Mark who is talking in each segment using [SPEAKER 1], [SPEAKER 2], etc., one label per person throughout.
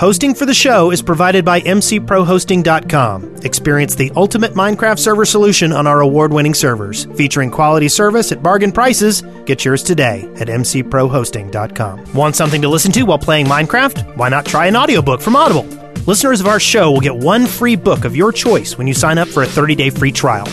[SPEAKER 1] Hosting for the show is provided by mcprohosting.com. Experience the ultimate Minecraft server solution on our award winning servers. Featuring quality service at bargain prices, get yours today at mcprohosting.com. Want something to listen to while playing Minecraft? Why not try an audiobook from Audible? Listeners of our show will get one free book of your choice when you sign up for a 30 day free trial.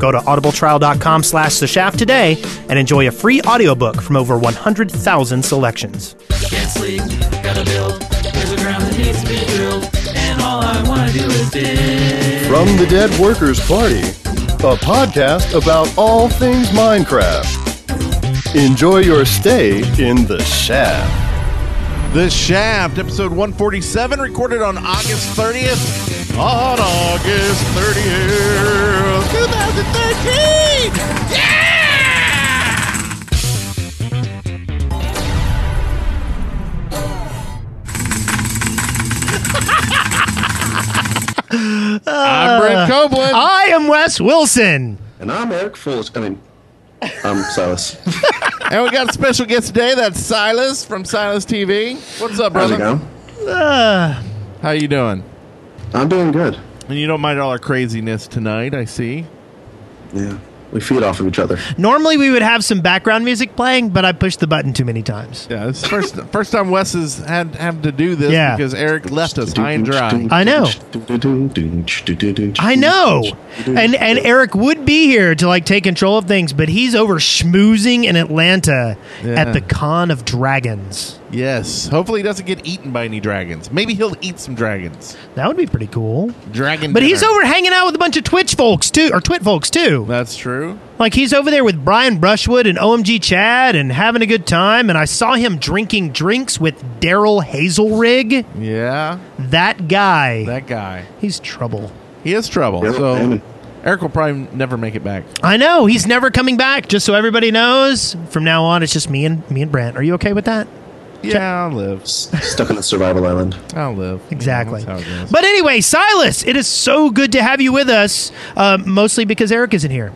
[SPEAKER 1] Go to audibletrial.com slash the shaft today and enjoy a free audiobook from over 100,000 selections.
[SPEAKER 2] Can't sleep, gotta build. There's a ground that needs to be drilled, and all I wanna do is dig.
[SPEAKER 3] From the Dead Workers Party, a podcast about all things Minecraft. Enjoy your stay in the shaft.
[SPEAKER 4] The Shaft, episode 147, recorded on August 30th. On August 30th, 2013! Yeah! I'm Brent Copeland.
[SPEAKER 1] I am Wes Wilson.
[SPEAKER 5] And I'm Eric Foolish. I mean, I'm Silas.
[SPEAKER 4] and we got a special guest today. That's Silas from Silas TV. What's up,
[SPEAKER 5] How's
[SPEAKER 4] brother?
[SPEAKER 5] it going?
[SPEAKER 4] How you doing?
[SPEAKER 5] I'm doing good.
[SPEAKER 4] And you don't mind all our craziness tonight, I see.
[SPEAKER 5] Yeah. We feed off of each other.
[SPEAKER 1] Normally we would have some background music playing, but I pushed the button too many times.
[SPEAKER 4] Yeah, it's first first time Wes has had had to do this
[SPEAKER 1] Yeah.
[SPEAKER 4] because Eric left us high and dry.
[SPEAKER 1] I know. I know. And and Eric would be here to like take control of things, but he's over schmoozing in Atlanta
[SPEAKER 4] Yeah.
[SPEAKER 1] at the Con of Dragons.
[SPEAKER 4] Yes, hopefully he doesn't get eaten by any dragons. Maybe he'll eat some dragons.
[SPEAKER 1] That would be pretty cool.
[SPEAKER 4] Dragon,
[SPEAKER 1] But he's
[SPEAKER 4] dinner.
[SPEAKER 1] over hanging out with a bunch of Twitch folks too, or Twit folks too.
[SPEAKER 4] That's true.
[SPEAKER 1] Like he's over there with Brian Brushwood and OMG Chad and having a good time. And I saw him drinking drinks with Daryl Hazelrig.
[SPEAKER 4] Yeah,
[SPEAKER 1] That guy,
[SPEAKER 4] that guy.
[SPEAKER 1] he's trouble.
[SPEAKER 4] He is trouble.
[SPEAKER 5] Yeah,
[SPEAKER 4] so
[SPEAKER 5] and-
[SPEAKER 4] Eric will probably never make it back.
[SPEAKER 1] I know he's never coming back. Just so everybody knows, from now on, it's just me and me and Brant. Are you okay with that?
[SPEAKER 4] Yeah, I'll live.
[SPEAKER 5] Stuck on a survival island.
[SPEAKER 4] I'll live.
[SPEAKER 1] Exactly.
[SPEAKER 4] Yeah, that's how it goes.
[SPEAKER 1] but anyway, Silas, it is so good to have you with us, uh, mostly because Eric isn't here.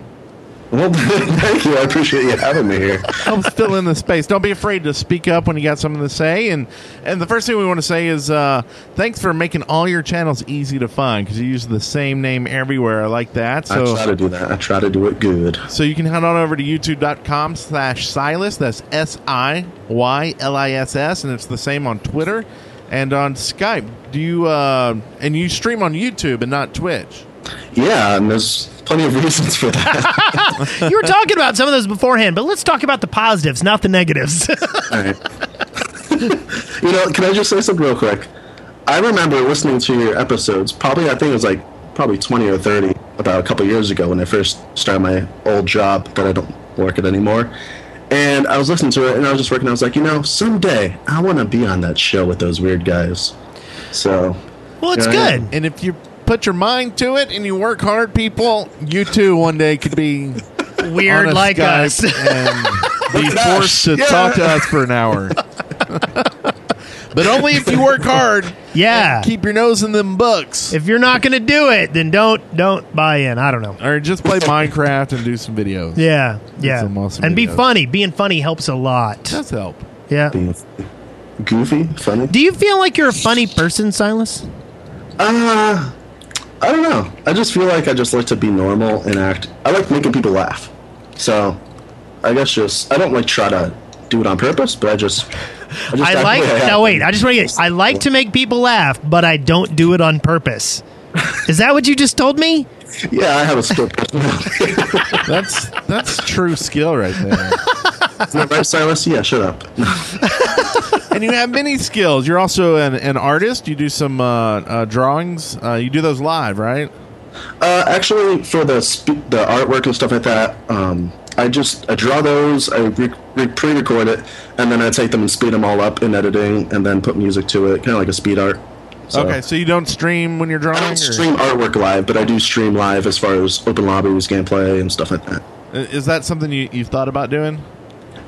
[SPEAKER 5] Well, thank you. I appreciate you having me here.
[SPEAKER 4] help fill in the space. Don't be afraid to speak up when you got something to say. And and the first thing we want to say is uh, thanks for making all your channels easy to find because you use the same name everywhere. I like that.
[SPEAKER 5] I try
[SPEAKER 4] So
[SPEAKER 5] to do that. I try to do it good.
[SPEAKER 4] so you can head on over to youtube.com slash Silas. That's S I Y L I S S, and it's the same on Twitter and on Skype. Do you uh, and you stream on YouTube and not Twitch?
[SPEAKER 5] Yeah, and there's plenty of reasons for that.
[SPEAKER 1] you were talking about some of those beforehand, but let's talk about the positives, not the negatives.
[SPEAKER 5] All right. you know, can I just say something real quick? I remember listening to your episodes, probably, I think it was like probably 20 or 30, about a couple years ago when I first started my old job that I don't work at anymore. And I was listening to it and I was just working. I was like, you know, someday I want to be on that show with those weird guys. So,
[SPEAKER 1] well, it's
[SPEAKER 5] Yeah, yeah.
[SPEAKER 1] good.
[SPEAKER 4] And if you put your mind to it and you work hard, people, you too one day could be
[SPEAKER 1] Weird
[SPEAKER 4] on a
[SPEAKER 1] like
[SPEAKER 4] Skype
[SPEAKER 1] us.
[SPEAKER 4] and be forced to
[SPEAKER 5] Yeah.
[SPEAKER 4] talk to us for an hour. but only if you work hard.
[SPEAKER 1] Yeah.
[SPEAKER 4] and keep your nose in them books.
[SPEAKER 1] Ah. if you're not going to do it, then don't don't buy in. I don't know.
[SPEAKER 4] or just play Minecraft and do some videos.
[SPEAKER 1] Yeah, yeah,
[SPEAKER 4] some awesome
[SPEAKER 1] and be
[SPEAKER 4] videos.
[SPEAKER 1] funny. Being funny helps a lot.
[SPEAKER 4] Does help.
[SPEAKER 1] Yeah.
[SPEAKER 5] being goofy, funny.
[SPEAKER 1] Do you feel like you're a funny person, Silas?
[SPEAKER 5] Uh, I don't know. I just feel like I just like to be normal and act. I like making people laugh. So, I guess just I don't like try to do it on purpose, but I just I, just act
[SPEAKER 1] I
[SPEAKER 5] the
[SPEAKER 1] like.
[SPEAKER 5] way I
[SPEAKER 1] No,
[SPEAKER 5] am.
[SPEAKER 1] wait. I just want to get. I like to make people laugh, but I don't do it on purpose. Is that what you just told me?
[SPEAKER 5] Yeah, I have a split personality.
[SPEAKER 4] That's that's true skill right there.
[SPEAKER 5] Isn't that right, Silas? Yeah, shut up.
[SPEAKER 4] and you have many skills. You're also an, an artist. You do some uh, uh, drawings. Uh, you do those live, right?
[SPEAKER 5] Uh, actually, for the sp- the artwork and stuff like that, um, I just I draw those, I re- re- pre-record it, and then I take them and speed them all up in editing, and then put music to it, kind of like a speed art. So-
[SPEAKER 4] Okay, so you don't stream when you're drawing.
[SPEAKER 5] I
[SPEAKER 4] or-
[SPEAKER 5] don't stream artwork live, but I do stream live as far as open lobbies, gameplay, and stuff like that.
[SPEAKER 4] Is that something you, you've thought about doing?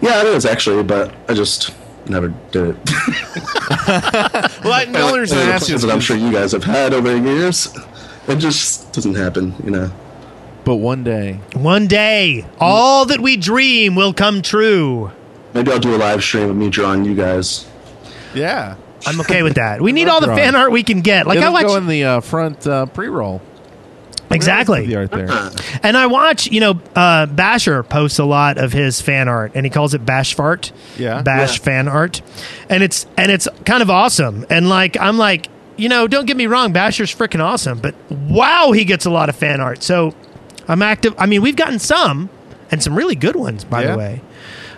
[SPEAKER 5] Yeah, it is actually, but I just never did it.
[SPEAKER 4] Well, I
[SPEAKER 5] Uh,
[SPEAKER 4] know there's an
[SPEAKER 5] Plans that I'm sure you guys have had over the years. It just doesn't happen, you know.
[SPEAKER 4] But one day,
[SPEAKER 1] One day, all that we dream will come true.
[SPEAKER 5] Maybe I'll do a live stream of me drawing you guys.
[SPEAKER 4] yeah.
[SPEAKER 1] I'm okay with that. We need all the
[SPEAKER 4] drawing.
[SPEAKER 1] fan art we can get. Like
[SPEAKER 4] It'll
[SPEAKER 1] I watch
[SPEAKER 4] go in the uh, front uh, pre-roll.
[SPEAKER 1] exactly.
[SPEAKER 4] The art there.
[SPEAKER 1] And I watch, you know, uh, Basher posts a lot of his fan art, and he calls it Bash Fart.
[SPEAKER 4] Yeah.
[SPEAKER 1] Bash
[SPEAKER 5] Yeah.
[SPEAKER 1] fan art, and it's and it's kind of awesome. And like I'm like, you know, don't get me wrong, Basher's freaking awesome, but wow, he gets a lot of fan art. So I'm active. I mean, we've gotten some and some really good ones, by
[SPEAKER 4] Yeah.
[SPEAKER 1] the way.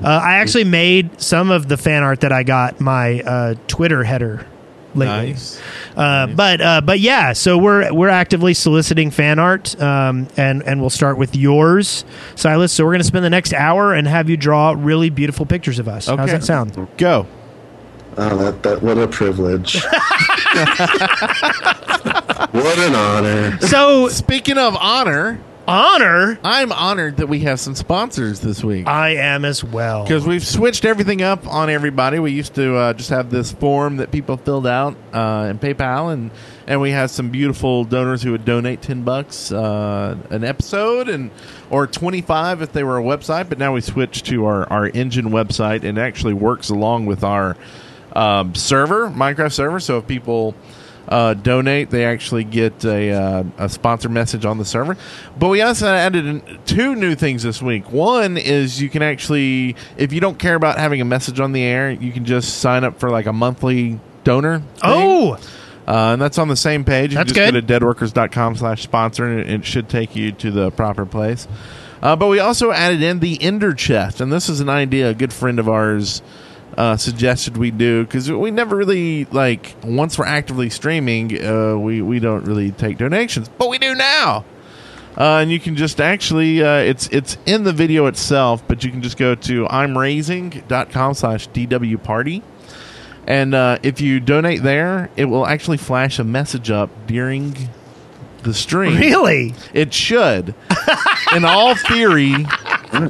[SPEAKER 1] Uh, I actually made some of the fan art that I got my uh, Twitter header lately.
[SPEAKER 4] Nice.
[SPEAKER 1] Uh, but uh, but yeah, so we're we're actively soliciting fan art, um, and and we'll start with yours, Silas. So we're going to spend the next hour and have you draw really beautiful pictures of us. How's
[SPEAKER 4] Okay.
[SPEAKER 1] that sound?
[SPEAKER 4] Go.
[SPEAKER 5] Oh, that, that what a privilege. what an honor.
[SPEAKER 1] So
[SPEAKER 4] Speaking of honor,
[SPEAKER 1] honor,
[SPEAKER 4] I'm honored that we have some sponsors this week.
[SPEAKER 1] I am as well.
[SPEAKER 4] because we've switched everything up on everybody. We used to uh, just have this form that people filled out uh, in PayPal, and and we had some beautiful donors who would donate ten bucks uh, an episode, and or twenty five if they were a website. But now we switched to our our engine website, and it actually works along with our um, server, Minecraft server. So if people uh, donate, they actually get a, uh, a sponsor message on the server. But we also added in- two new things this week. One is you can actually, if you don't care about having a message on the air, you can just sign up for like a monthly donor. thing.
[SPEAKER 1] oh,
[SPEAKER 4] Uh, and that's on the same page. You
[SPEAKER 1] That's
[SPEAKER 4] just
[SPEAKER 1] good.
[SPEAKER 4] go to deadworkers.com slash sponsor and it- it should take you to the proper place. Uh, but we also added in the Ender Chest. And this is an idea a good friend of ours uh, suggested we do because we never really, like, once we're actively streaming, uh, we, we don't really take donations. But we do now. Uh, and you can just actually, uh, it's it's in the video itself, but you can just go to imraising.com slash DW party. And uh, if you donate there, it will actually flash a message up during the stream.
[SPEAKER 1] really?
[SPEAKER 4] It should. In all theory,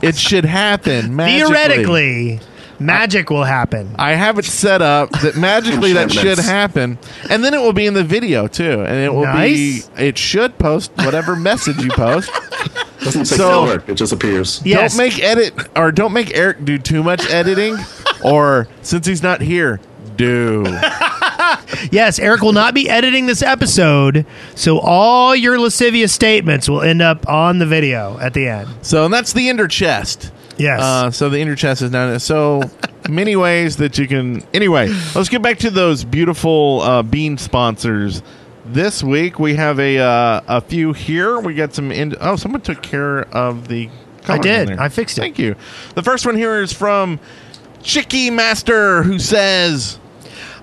[SPEAKER 4] it should happen. Magically.
[SPEAKER 1] Theoretically, magic will happen.
[SPEAKER 4] I have it set up that magically that should
[SPEAKER 5] Enchantments.
[SPEAKER 4] happen, and then it will be in the video too, and it will
[SPEAKER 1] Nice.
[SPEAKER 4] be. It should post whatever message you post.
[SPEAKER 5] Doesn't take
[SPEAKER 4] So-
[SPEAKER 5] no work. It just appears.
[SPEAKER 1] Yes.
[SPEAKER 4] Don't make edit or don't make Eric do too much editing, or since he's not here, do.
[SPEAKER 1] Yes, Eric will not be editing this episode, so all your lascivious statements will end up on the video at the end.
[SPEAKER 4] So and that's the inner chest.
[SPEAKER 1] Yes.
[SPEAKER 4] Uh, so the inner chest is now so many ways that you can. Anyway, let's get back to those beautiful uh, bean sponsors. This week we have a uh, a few here. We got some. In- oh, someone took care of the. color
[SPEAKER 1] did.
[SPEAKER 4] in there.
[SPEAKER 1] I fixed it.
[SPEAKER 4] Thank you. The first one here is from Chicky Master, who says.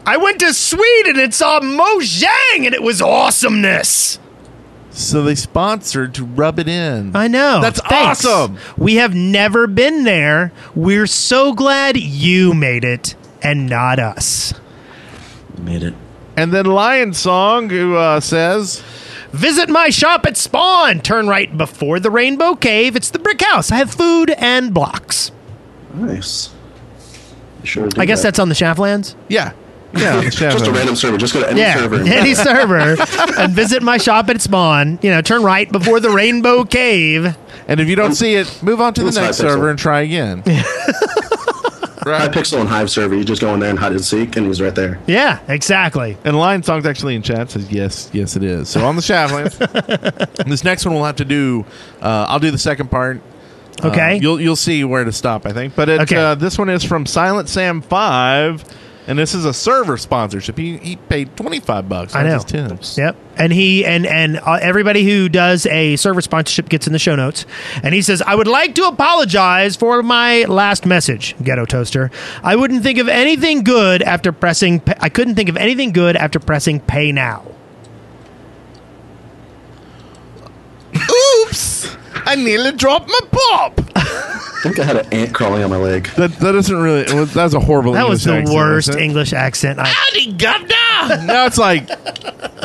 [SPEAKER 1] I went to Sweden and saw Mojang, and it was awesomeness.
[SPEAKER 4] So they sponsored to rub it in.
[SPEAKER 1] I know.
[SPEAKER 4] That's
[SPEAKER 1] Thanks.
[SPEAKER 4] awesome.
[SPEAKER 1] We have never been there. We're so glad you made it and not us.
[SPEAKER 5] Made it.
[SPEAKER 4] And then Lion Song, who uh, says,
[SPEAKER 1] Visit my shop at Spawn. Turn right before the Rainbow Cave. It's the brick house. I have food and blocks.
[SPEAKER 5] Nice. You Sure do
[SPEAKER 1] I guess
[SPEAKER 5] that.
[SPEAKER 1] that's on the Shaftlands.
[SPEAKER 4] "Yeah, yeah,
[SPEAKER 5] just a
[SPEAKER 4] Shannon.
[SPEAKER 5] random server. Just go to any
[SPEAKER 1] Yeah,
[SPEAKER 5] server. and-
[SPEAKER 1] any server, and visit my shop at Spawn. You know, turn right before the Rainbow Cave.
[SPEAKER 4] And if you don't see it, move on to the
[SPEAKER 5] It's
[SPEAKER 4] next
[SPEAKER 5] high pixel.
[SPEAKER 4] server and try again.
[SPEAKER 5] High
[SPEAKER 4] right.
[SPEAKER 5] Pixel and Hive server. You just go in there and hide and seek, and he's right there.
[SPEAKER 1] Yeah, exactly.
[SPEAKER 4] And Lion Song's actually in chat says yes, yes it is. So on the Shaftlands, this next one we'll have to do. Uh, I'll do the second part. Uh,
[SPEAKER 1] Okay.
[SPEAKER 4] you'll you'll see where to stop, I think. But it,
[SPEAKER 1] Okay.
[SPEAKER 4] uh, this one is from Silent Sam Five, and this is a server sponsorship. He he paid twenty five bucks.
[SPEAKER 1] I
[SPEAKER 4] not
[SPEAKER 1] know.
[SPEAKER 4] just 10.
[SPEAKER 1] Yep. And he and and uh, everybody who does a server sponsorship gets in the show notes. And he says, "I would like to apologize for my last message, Ghetto Toaster. I wouldn't think of anything good after pressing. Pa- I couldn't think of anything good after pressing pay now.
[SPEAKER 4] Oops! I nearly dropped my pop.
[SPEAKER 5] I think I had an ant crawling on my leg.
[SPEAKER 4] That that doesn't really. it was- That was a horrible.
[SPEAKER 1] That was
[SPEAKER 4] English
[SPEAKER 1] the
[SPEAKER 4] accent,
[SPEAKER 1] worst
[SPEAKER 4] wasn't it?
[SPEAKER 1] English accent. I,
[SPEAKER 4] Howdy, governor. now it's like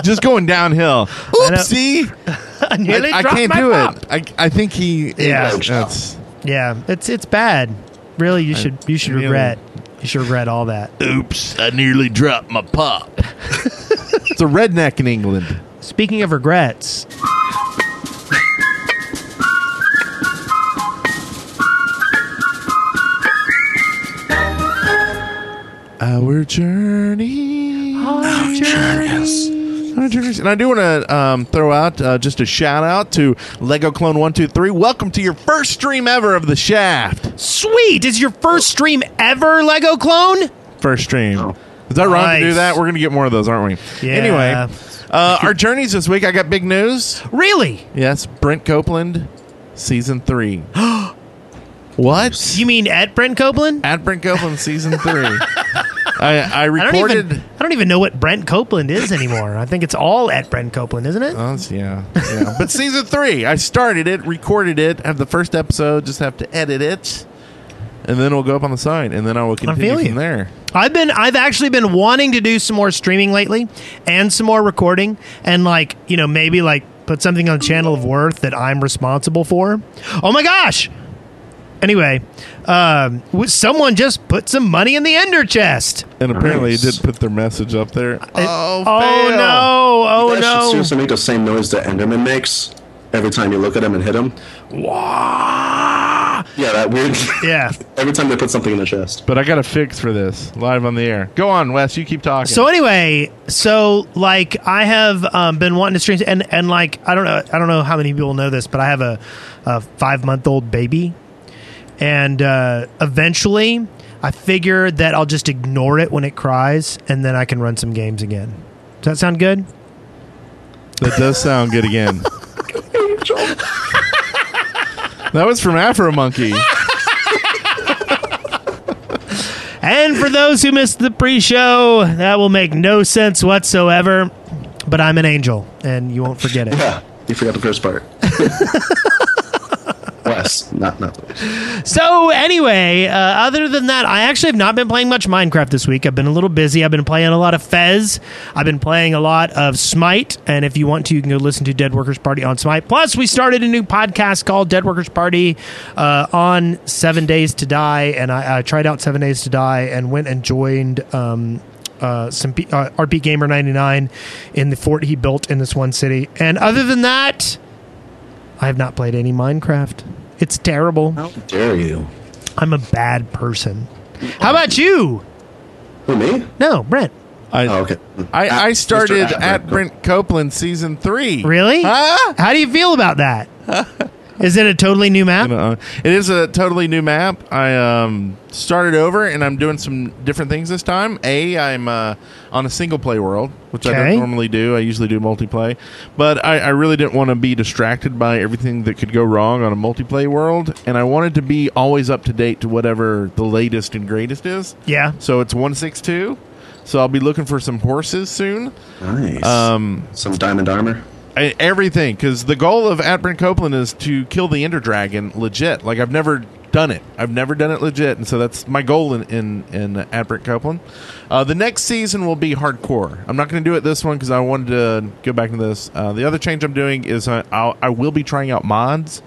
[SPEAKER 4] just going downhill.
[SPEAKER 1] know.
[SPEAKER 4] Oopsie!
[SPEAKER 1] I
[SPEAKER 4] I,
[SPEAKER 1] nearly
[SPEAKER 4] I
[SPEAKER 1] dropped
[SPEAKER 4] can't
[SPEAKER 1] my
[SPEAKER 4] do
[SPEAKER 1] pop.
[SPEAKER 4] it. I, I think he.
[SPEAKER 1] Yeah.
[SPEAKER 4] that's-
[SPEAKER 1] Yeah, it's it's bad. Really, you should you should
[SPEAKER 4] really-
[SPEAKER 1] regret you should regret all that.
[SPEAKER 4] Oops! I nearly dropped my pop. it's a redneck in England.
[SPEAKER 1] Speaking of regrets,
[SPEAKER 4] Uh, Our journey. Home journeys. Home journeys. And I do want to um, throw out uh, just a shout out to Lego Clone One Two Three. Welcome to your first stream ever of the Shaft.
[SPEAKER 1] Sweet! Is your first stream ever, Lego Clone?
[SPEAKER 4] First stream. Is that wrong to do
[SPEAKER 1] Nice.
[SPEAKER 4] that? We're going to get more of those, aren't we?
[SPEAKER 1] Yeah.
[SPEAKER 4] Anyway, uh, our journeys this week. I got big news.
[SPEAKER 1] Really?
[SPEAKER 4] Yes, Brent Copeland, season three. what?
[SPEAKER 1] You mean at Brent Copeland?
[SPEAKER 4] At Brent Copeland, season three. I, I
[SPEAKER 1] I don't,
[SPEAKER 4] recorded.
[SPEAKER 1] even, I don't even know what Brent Copeland is anymore. I think it's all at Brent Copeland, isn't it?
[SPEAKER 4] Oh, it's- yeah, yeah. but season three, I started it, recorded it, have the first episode, just have to edit it, and then it'll go up on the site, and then I will continue
[SPEAKER 1] feel
[SPEAKER 4] from
[SPEAKER 1] you.
[SPEAKER 4] there.
[SPEAKER 1] I've been I've actually been wanting to do some more streaming lately and some more recording and like, you know, maybe like put something on Channel of Worth that I'm responsible for. Oh my gosh. Anyway, um, w- someone just put some money in the ender chest.
[SPEAKER 4] And apparently,
[SPEAKER 5] Nice.
[SPEAKER 4] it did put their message up there. oh,
[SPEAKER 1] Oh
[SPEAKER 4] fail.
[SPEAKER 1] no. Oh
[SPEAKER 5] That should
[SPEAKER 1] no.
[SPEAKER 5] seriously make the same noise that Enderman makes every time you look at him and hit him.
[SPEAKER 4] Wah!
[SPEAKER 5] Yeah, that weird.
[SPEAKER 1] Yeah.
[SPEAKER 5] every time they put something in their chest.
[SPEAKER 4] But I got a fix for this live on the air. Go on, Wes. You keep talking.
[SPEAKER 1] So anyway, so like I have um, been wanting to stream, and and like I don't know, I don't know how many people know this, but I have a, a five month old baby, and uh, eventually I figure that I'll just ignore it when it cries, and then I can run some games again. Does that sound good?
[SPEAKER 4] that does sound good again. that was from Afro Monkey.
[SPEAKER 1] And for those who missed the pre-show, that will make no sense whatsoever. But I'm an angel, and you won't forget it.
[SPEAKER 5] Yeah, you forgot the first part. Wes, not not.
[SPEAKER 1] So anyway, uh, other than that, I actually have not been playing much Minecraft this week. I've been a little busy. I've been playing a lot of Fez. I've been playing a lot of Smite. And if you want to, you can go listen to Dead Workers Party on Smite. Plus, we started a new podcast called Dead Workers Party uh, on Seven Days to Die. And I, I tried out Seven Days to Die and went and joined. Um, uh, some P- uh, RP Gamer 99 in the fort he built in this one city. And other than that, I have not played any Minecraft. It's terrible.
[SPEAKER 5] How dare you?
[SPEAKER 1] I'm a bad person. How about you?
[SPEAKER 5] Who me?
[SPEAKER 1] No, Brent.
[SPEAKER 4] I,
[SPEAKER 5] Oh, okay.
[SPEAKER 4] I, I
[SPEAKER 5] Mr.
[SPEAKER 4] started
[SPEAKER 5] Atwood.
[SPEAKER 4] at Brent Copeland season three.
[SPEAKER 1] Really?
[SPEAKER 4] Huh?
[SPEAKER 1] How do you feel about that? Is it a totally new map?
[SPEAKER 4] Uh, it is a totally new map. I um, started over and I'm doing some different things this time. A, I'm uh, on a single play world, which I
[SPEAKER 1] Okay.
[SPEAKER 4] don't normally do. I usually do multiplay, but I, I really didn't want to be distracted by everything that could go wrong on a multiplay world, and I wanted to be always up to date to whatever the latest and greatest is.
[SPEAKER 1] Yeah.
[SPEAKER 4] So it's one six two. So I'll be looking for some horses soon.
[SPEAKER 5] Nice. Um, some diamond armor.
[SPEAKER 4] I, e, everything because the goal of at Brent Copeland is to kill the Ender Dragon legit. Like I've never done it. I've never done it legit, and so that's my goal in in, in at Brent Copeland. Uh, the next season will be hardcore. I'm not going to do it this one because I wanted to go back to this. Uh, the other change I'm doing is uh, I'll, I will be trying out mods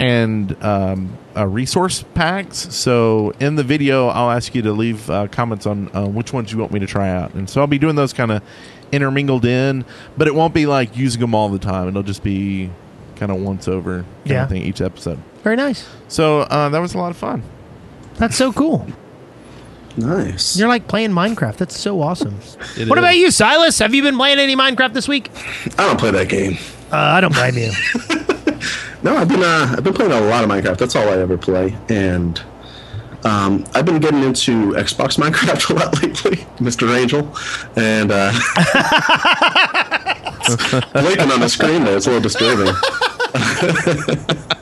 [SPEAKER 4] and um, uh, resource packs. So in the video, I'll ask you to leave uh, comments on uh, which ones you want me to try out, and so I'll be doing those kind of intermingled in, but it won't be like using them all the time. It'll just be kind of once over, kind
[SPEAKER 1] Yeah.
[SPEAKER 4] of thing each episode.
[SPEAKER 1] Very nice.
[SPEAKER 4] So uh, that was a lot of fun.
[SPEAKER 1] That's so cool.
[SPEAKER 5] Nice.
[SPEAKER 1] You're like playing Minecraft. That's so awesome.
[SPEAKER 4] It
[SPEAKER 1] what
[SPEAKER 4] is. Uh,
[SPEAKER 1] about you, Silas? Have you been playing any Minecraft this week?
[SPEAKER 5] I don't play that game.
[SPEAKER 1] Uh, I don't blame you.
[SPEAKER 5] No, I've been uh, I've been playing a lot of Minecraft. That's all I ever play, and um, I've been getting into Xbox Minecraft a lot lately, Mister Angel, and uh, blinking on the screen there. It's a little disturbing.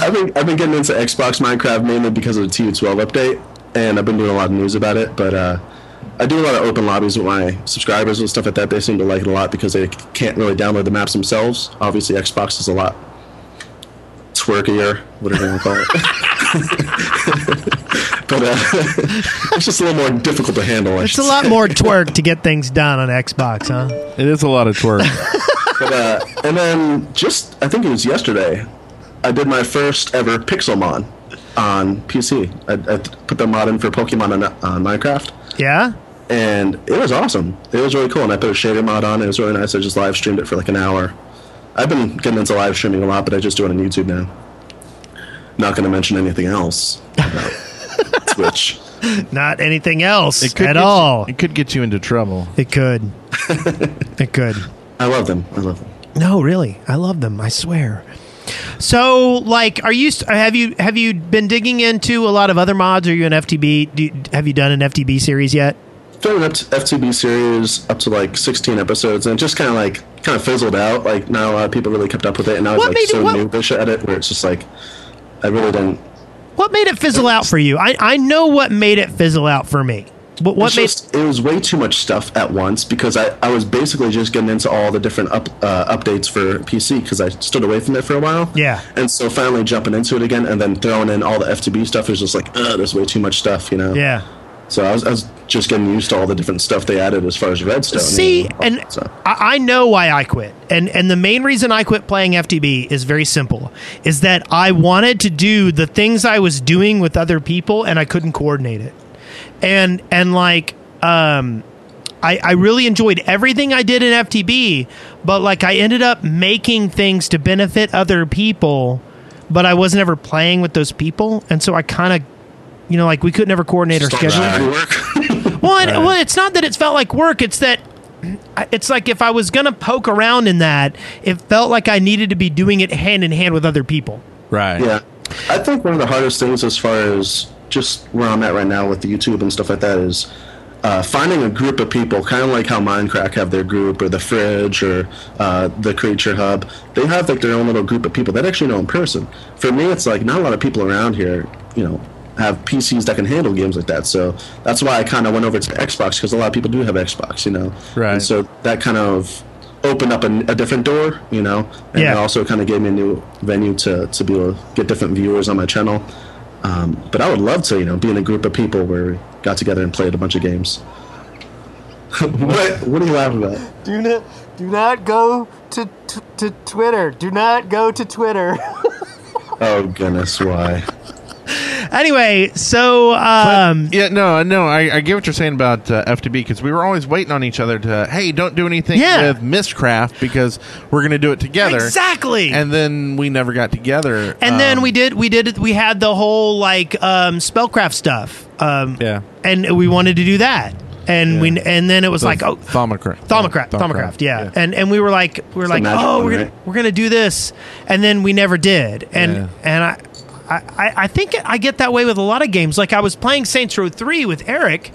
[SPEAKER 5] I've been I've been getting into Xbox Minecraft mainly because of the TU12 update, and I've been doing a lot of news about it. But uh, I do a lot of open lobbies with my subscribers and stuff like that. They seem to like it a lot because they c- can't really download the maps themselves. Obviously, Xbox is a lot twerkier, whatever you want to call it. but uh, it's just a little more difficult to handle. I
[SPEAKER 1] It's
[SPEAKER 5] should
[SPEAKER 1] a lot more twerk to get things done on Xbox, huh?
[SPEAKER 4] It is a lot of twerk.
[SPEAKER 5] But, uh, and then just, I think it was yesterday, I did my first ever Pixelmon on PC. I, I put the mod in for Pokemon on, on Minecraft,
[SPEAKER 1] Yeah.
[SPEAKER 5] and it was awesome. It was really cool, and I put a shader mod on. It was really nice. I just live streamed it for like an hour. I've been getting into live streaming a lot, but I just do it on YouTube now. Not going to mention anything else about Twitch.
[SPEAKER 1] not anything else
[SPEAKER 4] It could
[SPEAKER 1] at
[SPEAKER 4] get you-
[SPEAKER 1] all.
[SPEAKER 4] it could get you into trouble.
[SPEAKER 1] It could. it could.
[SPEAKER 5] I love them. I love them.
[SPEAKER 1] No, really. I love them. I swear. So, like, are you have you have you been digging into a lot of other mods? Are you an FTB? Do you, have you done an FTB series yet?
[SPEAKER 5] Started up to F2B series up to like 16 episodes and it just kind of like kind of fizzled out. Like not a lot of people really kept up with it, and I was
[SPEAKER 1] What
[SPEAKER 5] like
[SPEAKER 1] made it-
[SPEAKER 5] so
[SPEAKER 1] what-
[SPEAKER 5] noobish at it where it's just like I really didn't.
[SPEAKER 1] What made it fizzle out for you? I I know what made it fizzle out for me. But what
[SPEAKER 5] it's
[SPEAKER 1] made
[SPEAKER 5] just it was way too much stuff at once because I, I was basically just getting into all the different up, uh, updates for PC because I stood away from it for a while.
[SPEAKER 1] Yeah.
[SPEAKER 5] and so finally jumping into it again and then throwing in all the FTB stuff is just like Ugh, there's way too much stuff, you know.
[SPEAKER 1] yeah.
[SPEAKER 5] So I was, I was just getting used to all the different stuff they added as far as Redstone.
[SPEAKER 1] See,
[SPEAKER 5] you know,
[SPEAKER 1] and
[SPEAKER 5] so.
[SPEAKER 1] I, I know why I quit, and and the main reason I quit playing FTB is very simple: is that I wanted to do the things I was doing with other people, and I couldn't coordinate it, and and like um, I I really enjoyed everything I did in FTB, but like I ended up making things to benefit other people, but I was never playing with those people, and so I kind of. You know, like we could never coordinate our
[SPEAKER 5] Just don't
[SPEAKER 1] schedule.
[SPEAKER 5] have any work.
[SPEAKER 1] Well, and, well, it's not that it felt like work. It's that it's like if I was gonna poke around in that, it felt like I needed to be doing it hand in hand with other people.
[SPEAKER 4] Right.
[SPEAKER 5] Yeah. I think one of the hardest things as far as just where I'm at right now with the YouTube and stuff like that is uh, finding a group of people, kind of like how Minecraft have their group or the fridge or uh, the creature hub. They have like their own little group of people that actually know in person. For me, it's like not a lot of people around here, you know, have PCs that can handle games like that. So that's why I kind of went over to Xbox because a lot of people do have Xbox, you know.
[SPEAKER 4] Right.
[SPEAKER 5] And so that kind of opened up a, a different door, you know. And
[SPEAKER 1] Yeah.
[SPEAKER 5] it also kind of gave me a new venue to, to be able to get different viewers on my channel. Um, but I would love to, you know, be in a group of people where we got together and played a bunch of games. what? What are you laughing at?
[SPEAKER 6] Do not, do not go Oh, to, to, to Twitter. Do not go to Twitter.
[SPEAKER 5] Oh goodness, why?
[SPEAKER 1] Anyway, so um,
[SPEAKER 4] Yeah, no, no, I, I get what you're saying about uh, FTB because we were always waiting on each other to, hey, don't do anything
[SPEAKER 1] Yeah.
[SPEAKER 4] with Mistcraft because we're going to do it together.
[SPEAKER 1] exactly. And-
[SPEAKER 4] And then we never got together.
[SPEAKER 1] then
[SPEAKER 4] Um,
[SPEAKER 1] we did, we did, we had the whole like um, spellcraft stuff, um,
[SPEAKER 4] Yeah.
[SPEAKER 1] and we wanted to do that, and we,
[SPEAKER 4] Yeah.
[SPEAKER 1] and then it was
[SPEAKER 4] The
[SPEAKER 1] like, oh,
[SPEAKER 4] Thaumaturgy.
[SPEAKER 1] Thomacraft,
[SPEAKER 4] Thaumaturgy,
[SPEAKER 1] Thomacraft, yeah. And and we were like, we were
[SPEAKER 5] the
[SPEAKER 1] like,
[SPEAKER 5] magic
[SPEAKER 1] oh,
[SPEAKER 5] one,
[SPEAKER 1] we're gonna
[SPEAKER 5] right?
[SPEAKER 1] we're gonna do this, and then we never did. And
[SPEAKER 4] Yeah.
[SPEAKER 1] and I, I I- I think I get that way with a lot of games. Like I was playing Saints Row three with Eric.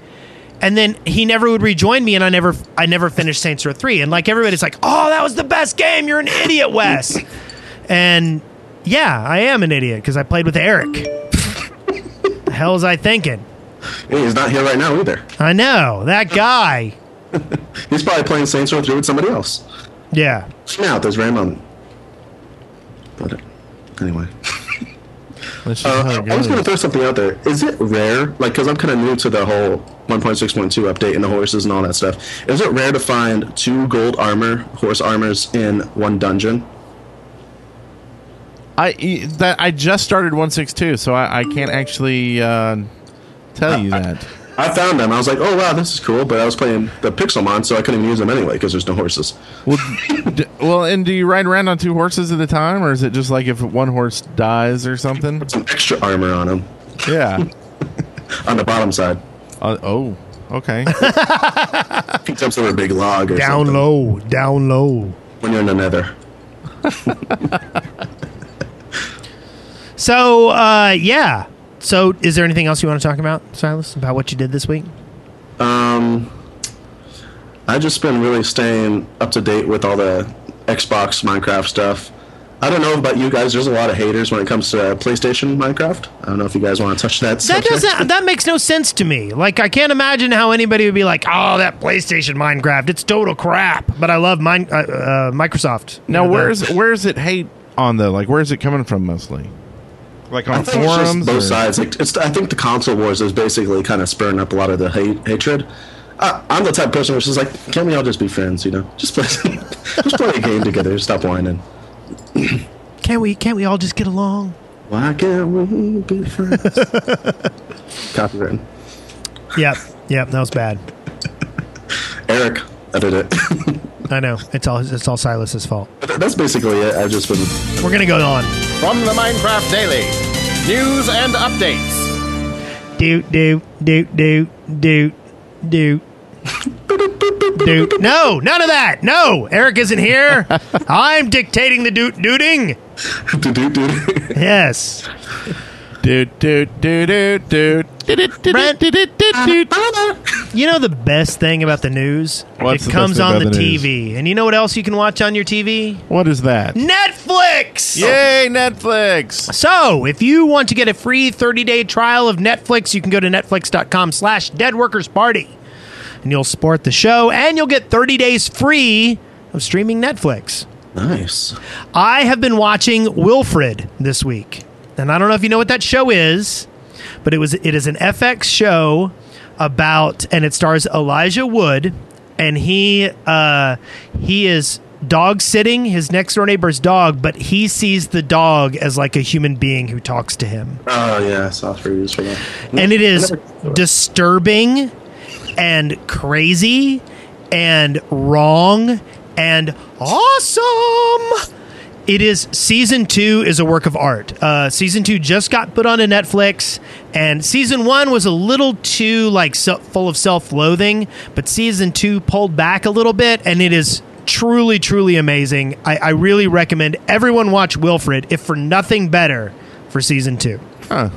[SPEAKER 1] And then he never would rejoin me, and I never, I never finished Saints Row three. And like everybody's like, "Oh, that was the best game! You're an idiot, Wes." and yeah, I am an idiot because I played with Eric. the hell is I thinking?
[SPEAKER 5] Hey, he's not here right now either.
[SPEAKER 1] I know that guy.
[SPEAKER 5] He's probably playing Saints Row 3 with somebody else.
[SPEAKER 1] Yeah,
[SPEAKER 5] Now at this very moment. But uh, anyway.
[SPEAKER 4] Let's just see how
[SPEAKER 5] Uh,
[SPEAKER 4] it
[SPEAKER 5] I
[SPEAKER 4] goes.
[SPEAKER 5] was going to throw something out there. Is it rare? Like, because I'm kind of new to the whole 1.6.2 update and the horses and all that stuff. Is it rare to find two gold armor, horse armors in one dungeon?
[SPEAKER 4] I e- that I just started 162, so I, I can't actually uh, tell you that.
[SPEAKER 5] I found them. I was like, oh, wow, this is cool. But I was playing the Pixelmon, so I couldn't use them anyway because there's no horses.
[SPEAKER 4] Well, d- well, and do you ride around on two horses at a time, or is it just like if one horse dies or something?
[SPEAKER 5] Some extra armor on them
[SPEAKER 4] Yeah.
[SPEAKER 5] on the bottom side.
[SPEAKER 4] Uh, oh, okay.
[SPEAKER 5] Picked up some big log or
[SPEAKER 1] down
[SPEAKER 5] something
[SPEAKER 1] low, down low.
[SPEAKER 5] when you're in the nether.
[SPEAKER 1] So uh, yeah. So is there anything else you want to talk about, Silas, about what you did this week?
[SPEAKER 5] I've just been really staying up to date with all the Xbox Minecraft stuff. I don't know about you guys. There's a lot of haters when it comes to uh, PlayStation Minecraft. I don't know if you guys want to touch that.
[SPEAKER 1] That
[SPEAKER 5] subject.
[SPEAKER 1] doesn't. That makes no sense to me. Like I can't imagine how anybody would be like, "Oh, that PlayStation Minecraft, it's total crap." But I love mine, uh, uh, Microsoft.
[SPEAKER 4] Now,
[SPEAKER 1] You know,
[SPEAKER 4] where's
[SPEAKER 1] the-
[SPEAKER 4] where's it hate on though? Like, where's it coming from mostly? Like
[SPEAKER 5] I
[SPEAKER 4] on
[SPEAKER 5] think it's just
[SPEAKER 4] forums?
[SPEAKER 5] both
[SPEAKER 4] or-
[SPEAKER 5] sides. Like, it's, I think the console wars is basically kind of spurring up a lot of the hate, hatred. I, I'm the type of person who's just like, can we all just be friends? You know, just play, just play a game together. Stop whining.
[SPEAKER 1] Can't we? Can't we all just get along?
[SPEAKER 5] Why can't we be friends? Copyright.
[SPEAKER 1] Yep. Yep. That was bad.
[SPEAKER 5] Eric, edit it.
[SPEAKER 1] I know. It's all. It's all Silas's fault.
[SPEAKER 5] But That's basically it. I've just been
[SPEAKER 1] We're gonna go on.
[SPEAKER 3] From the Minecraft Daily, news and updates.
[SPEAKER 1] Doot, doot, doot, doot, doot, doot. Doot. No, none of that. No, Eric isn't here. I'm dictating the doot dooting.
[SPEAKER 5] Dude, dude, dude.
[SPEAKER 1] Yes.
[SPEAKER 4] Do do do do do.
[SPEAKER 1] Brent, You know the best thing about the news? it
[SPEAKER 4] What's the best
[SPEAKER 1] comes
[SPEAKER 4] thing
[SPEAKER 1] on
[SPEAKER 4] about
[SPEAKER 1] the,
[SPEAKER 4] the news?
[SPEAKER 1] TV. And you know what else you can watch on your TV?
[SPEAKER 4] What is that?
[SPEAKER 1] Netflix!
[SPEAKER 4] Yay, Netflix!
[SPEAKER 1] So, if you want to get a free 30-day trial of Netflix, you can go to netflix.com slash deadworkersparty. And you'll support the show, and you'll get 30 days free of streaming Netflix.
[SPEAKER 5] Nice.
[SPEAKER 1] I have been watching Wilfred this week, and I don't know if you know what that show is, but it was it is an FX show about, and it stars Elijah Wood, and he uh, he is dog sitting his next door neighbor's dog, but he sees the dog as like a human being who talks to him
[SPEAKER 5] Oh yeah, I saw three reviews for that.
[SPEAKER 1] and it is
[SPEAKER 5] I never-
[SPEAKER 1] disturbing and crazy and wrong and awesome. It is season two is a work of art. Uh, season two just got put onto Netflix, and season one was a little too like se- full of self-loathing, but season two pulled back a little bit, and it is truly, truly amazing. I, I really recommend everyone watch Wilfred, if for nothing better, for season two.
[SPEAKER 4] Huh.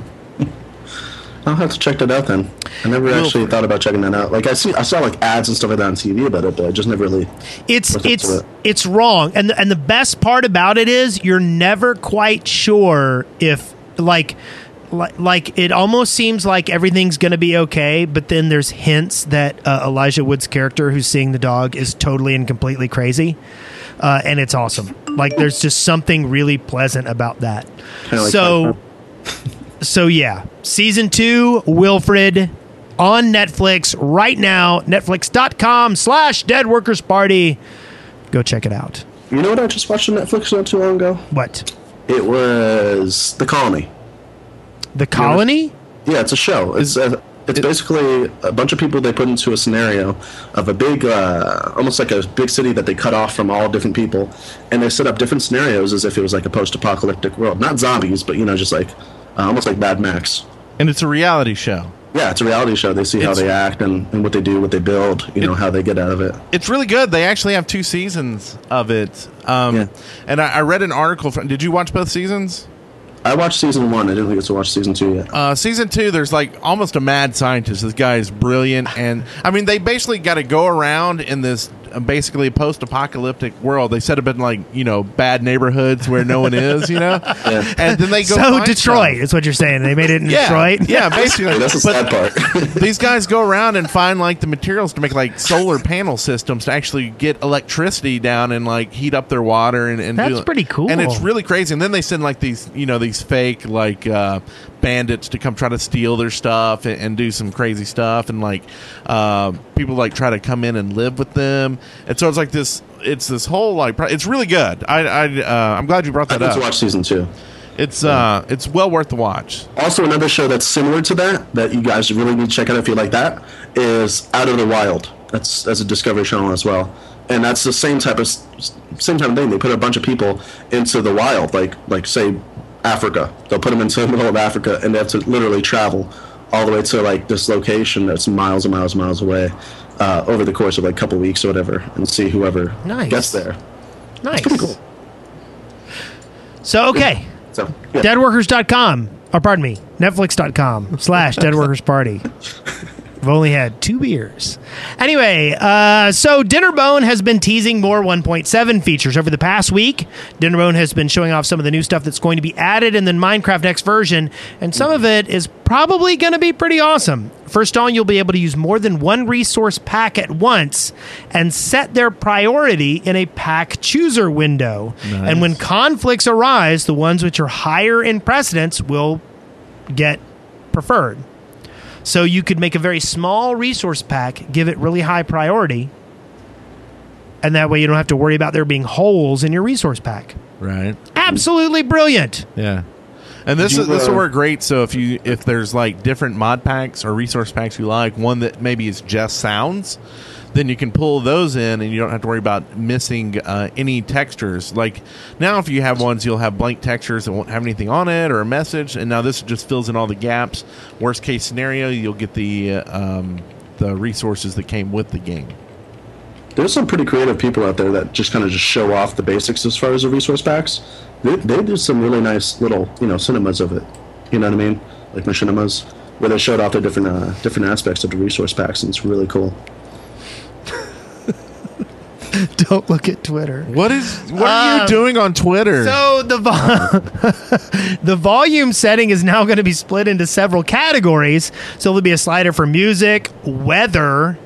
[SPEAKER 5] I'll have to check that out then. I never actually thought about checking that out. Like I see, I saw like ads and stuff like that on TV about it, but I just never really.
[SPEAKER 1] it's
[SPEAKER 5] Or is it
[SPEAKER 1] it's
[SPEAKER 5] to it?
[SPEAKER 1] it's wrong and the, and the best part about it is you're never quite sure if like li- like it almost seems like everything's going to be okay but then there's hints that uh, Elijah Wood's character who's seeing the dog is totally and completely crazy uh, and it's awesome like there's just something really pleasant about that
[SPEAKER 5] Kinda like that,
[SPEAKER 1] so so yeah season 2 Wilfred on Netflix right now netflix.com slash dead workers party go check it out
[SPEAKER 5] You know what I just watched on Netflix not too long ago?
[SPEAKER 1] what
[SPEAKER 5] It was The Colony.
[SPEAKER 1] the colony
[SPEAKER 5] Yeah, it's a show. It's a, it's basically a bunch of people they put into a scenario of a big, uh, almost like a big city that they cut off from all different people, and they set up different scenarios as if it was like a post-apocalyptic world. Not zombies, but you know, just like uh, almost like Mad Max.
[SPEAKER 4] And it's a reality show.
[SPEAKER 5] Yeah, it's a reality show. They see how
[SPEAKER 4] It's-
[SPEAKER 5] they act and, and what they do, what they build, you know, how they get out of it.
[SPEAKER 4] It's really good. They actually have two seasons of it. Um,
[SPEAKER 5] Yeah.
[SPEAKER 4] And I, I read an article from. Did you watch both seasons?
[SPEAKER 5] I watched season one. I didn't get to watch season two yet.
[SPEAKER 4] Uh, season two, there's like almost a mad scientist. This guy is brilliant, and I mean, they basically got to go around in this uh, basically post-apocalyptic world. They set up in like you know bad neighborhoods where no one is, you know, and then they
[SPEAKER 1] so
[SPEAKER 4] go find
[SPEAKER 1] Detroit
[SPEAKER 4] stuff.
[SPEAKER 1] is what you're saying they made it in
[SPEAKER 4] yeah,
[SPEAKER 1] Detroit
[SPEAKER 4] yeah, basically.
[SPEAKER 5] That's the
[SPEAKER 4] But
[SPEAKER 5] sad part.
[SPEAKER 4] these guys go around and find like the materials to make like solar panel systems to actually get electricity down and like heat up their water and, and do
[SPEAKER 1] That's
[SPEAKER 4] it.
[SPEAKER 1] pretty cool.
[SPEAKER 4] and it's really crazy and then they send like these you know these fake like uh, bandits to come try to steal their stuff and, and do some crazy stuff and like uh, people like try to come in and live with them and so it's like this it's this whole like pro- it's really good I, I uh, I'm glad you brought
[SPEAKER 5] I
[SPEAKER 4] that
[SPEAKER 5] need to
[SPEAKER 4] up
[SPEAKER 5] watch season two.
[SPEAKER 4] it's uh it's well worth the watch
[SPEAKER 5] Also, another show that's similar to that that you guys really need to check out if you like that is Out of the Wild. That's that's a Discovery Channel as well, and that's the same type of s- same type of thing. They put a bunch of people into the wild, like like say Africa. They'll put them into the middle of Africa, and they have to literally travel all the way to like this location that's miles and miles and miles away uh, over the course of like a couple weeks or whatever, and see whoever
[SPEAKER 1] Nice.
[SPEAKER 5] gets there.
[SPEAKER 1] nice
[SPEAKER 5] cool.
[SPEAKER 1] so okay
[SPEAKER 5] So yeah.
[SPEAKER 1] deadworkers.com or Uh, pardon me netflix.com slash deadworkers party i've only had two beers anyway uh, so dinnerbone has been teasing more 1.7 features over the past week dinnerbone has been showing off some of the new stuff that's going to be added in the minecraft next version and some of it is probably going to be pretty awesome first on you'll be able to use more than one resource pack at once and set their priority in a pack chooser window and when conflicts arise, the ones which are higher in precedence will get preferred. So you could make a very small resource pack, give it really high priority, and that way you don't have to worry about there being holes in your resource pack.
[SPEAKER 4] right
[SPEAKER 1] Absolutely brilliant.
[SPEAKER 4] Yeah. And this
[SPEAKER 5] Did
[SPEAKER 4] is
[SPEAKER 5] you,
[SPEAKER 4] this will
[SPEAKER 5] uh,
[SPEAKER 4] work great. So if you if there's like different mod packs or resource packs you like, one that maybe is just sounds, then you can pull those in, and you don't have to worry about missing uh, any textures. Like now, if you have ones, you'll have blank textures that won't have anything on it or a message. And now this just fills in all the gaps. Worst case scenario, you'll get the uh, um, the resources that came with the game.
[SPEAKER 5] There's some pretty creative people out there that just kind of just show off the basics as far as the resource packs. They, they do some really nice little, you know, cinemas of it. You know what I mean? Like machinimas, where they showed off the different uh, different aspects of the resource packs, and it's really cool.
[SPEAKER 7] Don't look at Twitter.
[SPEAKER 4] What is what are
[SPEAKER 1] Um,
[SPEAKER 4] you doing on Twitter?
[SPEAKER 1] So the vo- the volume setting is now going to be split into several categories. So there'll be a slider for music, weather,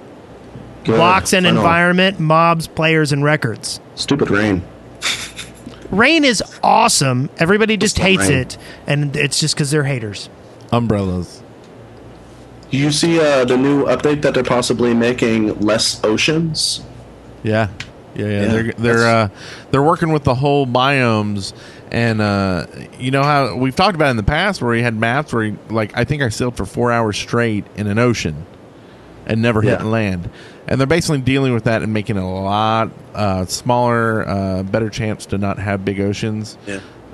[SPEAKER 5] Good.
[SPEAKER 1] blocks and
[SPEAKER 5] I know.
[SPEAKER 1] environment, mobs, players, and records.
[SPEAKER 5] Stupid rain.
[SPEAKER 1] Rain is awesome. Everybody just
[SPEAKER 5] What's
[SPEAKER 1] hates
[SPEAKER 5] Rain?
[SPEAKER 1] it, and it's just because they're haters.
[SPEAKER 4] Umbrellas.
[SPEAKER 5] Do you see uh, the new update that they're possibly making less oceans?
[SPEAKER 4] Yeah. Yeah, yeah,
[SPEAKER 5] Yeah,
[SPEAKER 4] they're they're uh, they're working with the whole biomes, and uh, you know how we've talked about it in the past where we had maps where you, like I think I sailed for four hours straight in an ocean, and never
[SPEAKER 5] Yeah.
[SPEAKER 4] hit land, and they're basically dealing with that and making it a lot uh, smaller, uh, better chance to not have big oceans.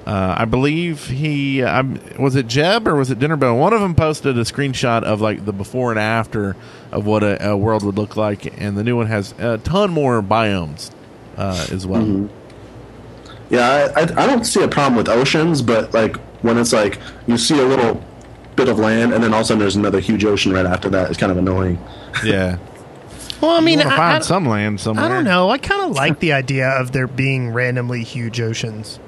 [SPEAKER 4] Uh, I believe he um, was it Jeb or was it Dinnerbone? One of them posted a screenshot of like the before and after of what a, a world would look like, and the new one has a ton more biomes uh, as well.
[SPEAKER 5] Yeah, I, I, I don't see a problem with oceans, but like when it's like you see a little bit of land and then all of a sudden there's another huge ocean right after that, it's kind of annoying.
[SPEAKER 4] Yeah,
[SPEAKER 1] Well, I mean,
[SPEAKER 4] you want
[SPEAKER 1] I,
[SPEAKER 4] to find
[SPEAKER 1] I-
[SPEAKER 4] some land somewhere.
[SPEAKER 1] I don't know. I kind of like the idea of there being randomly huge oceans.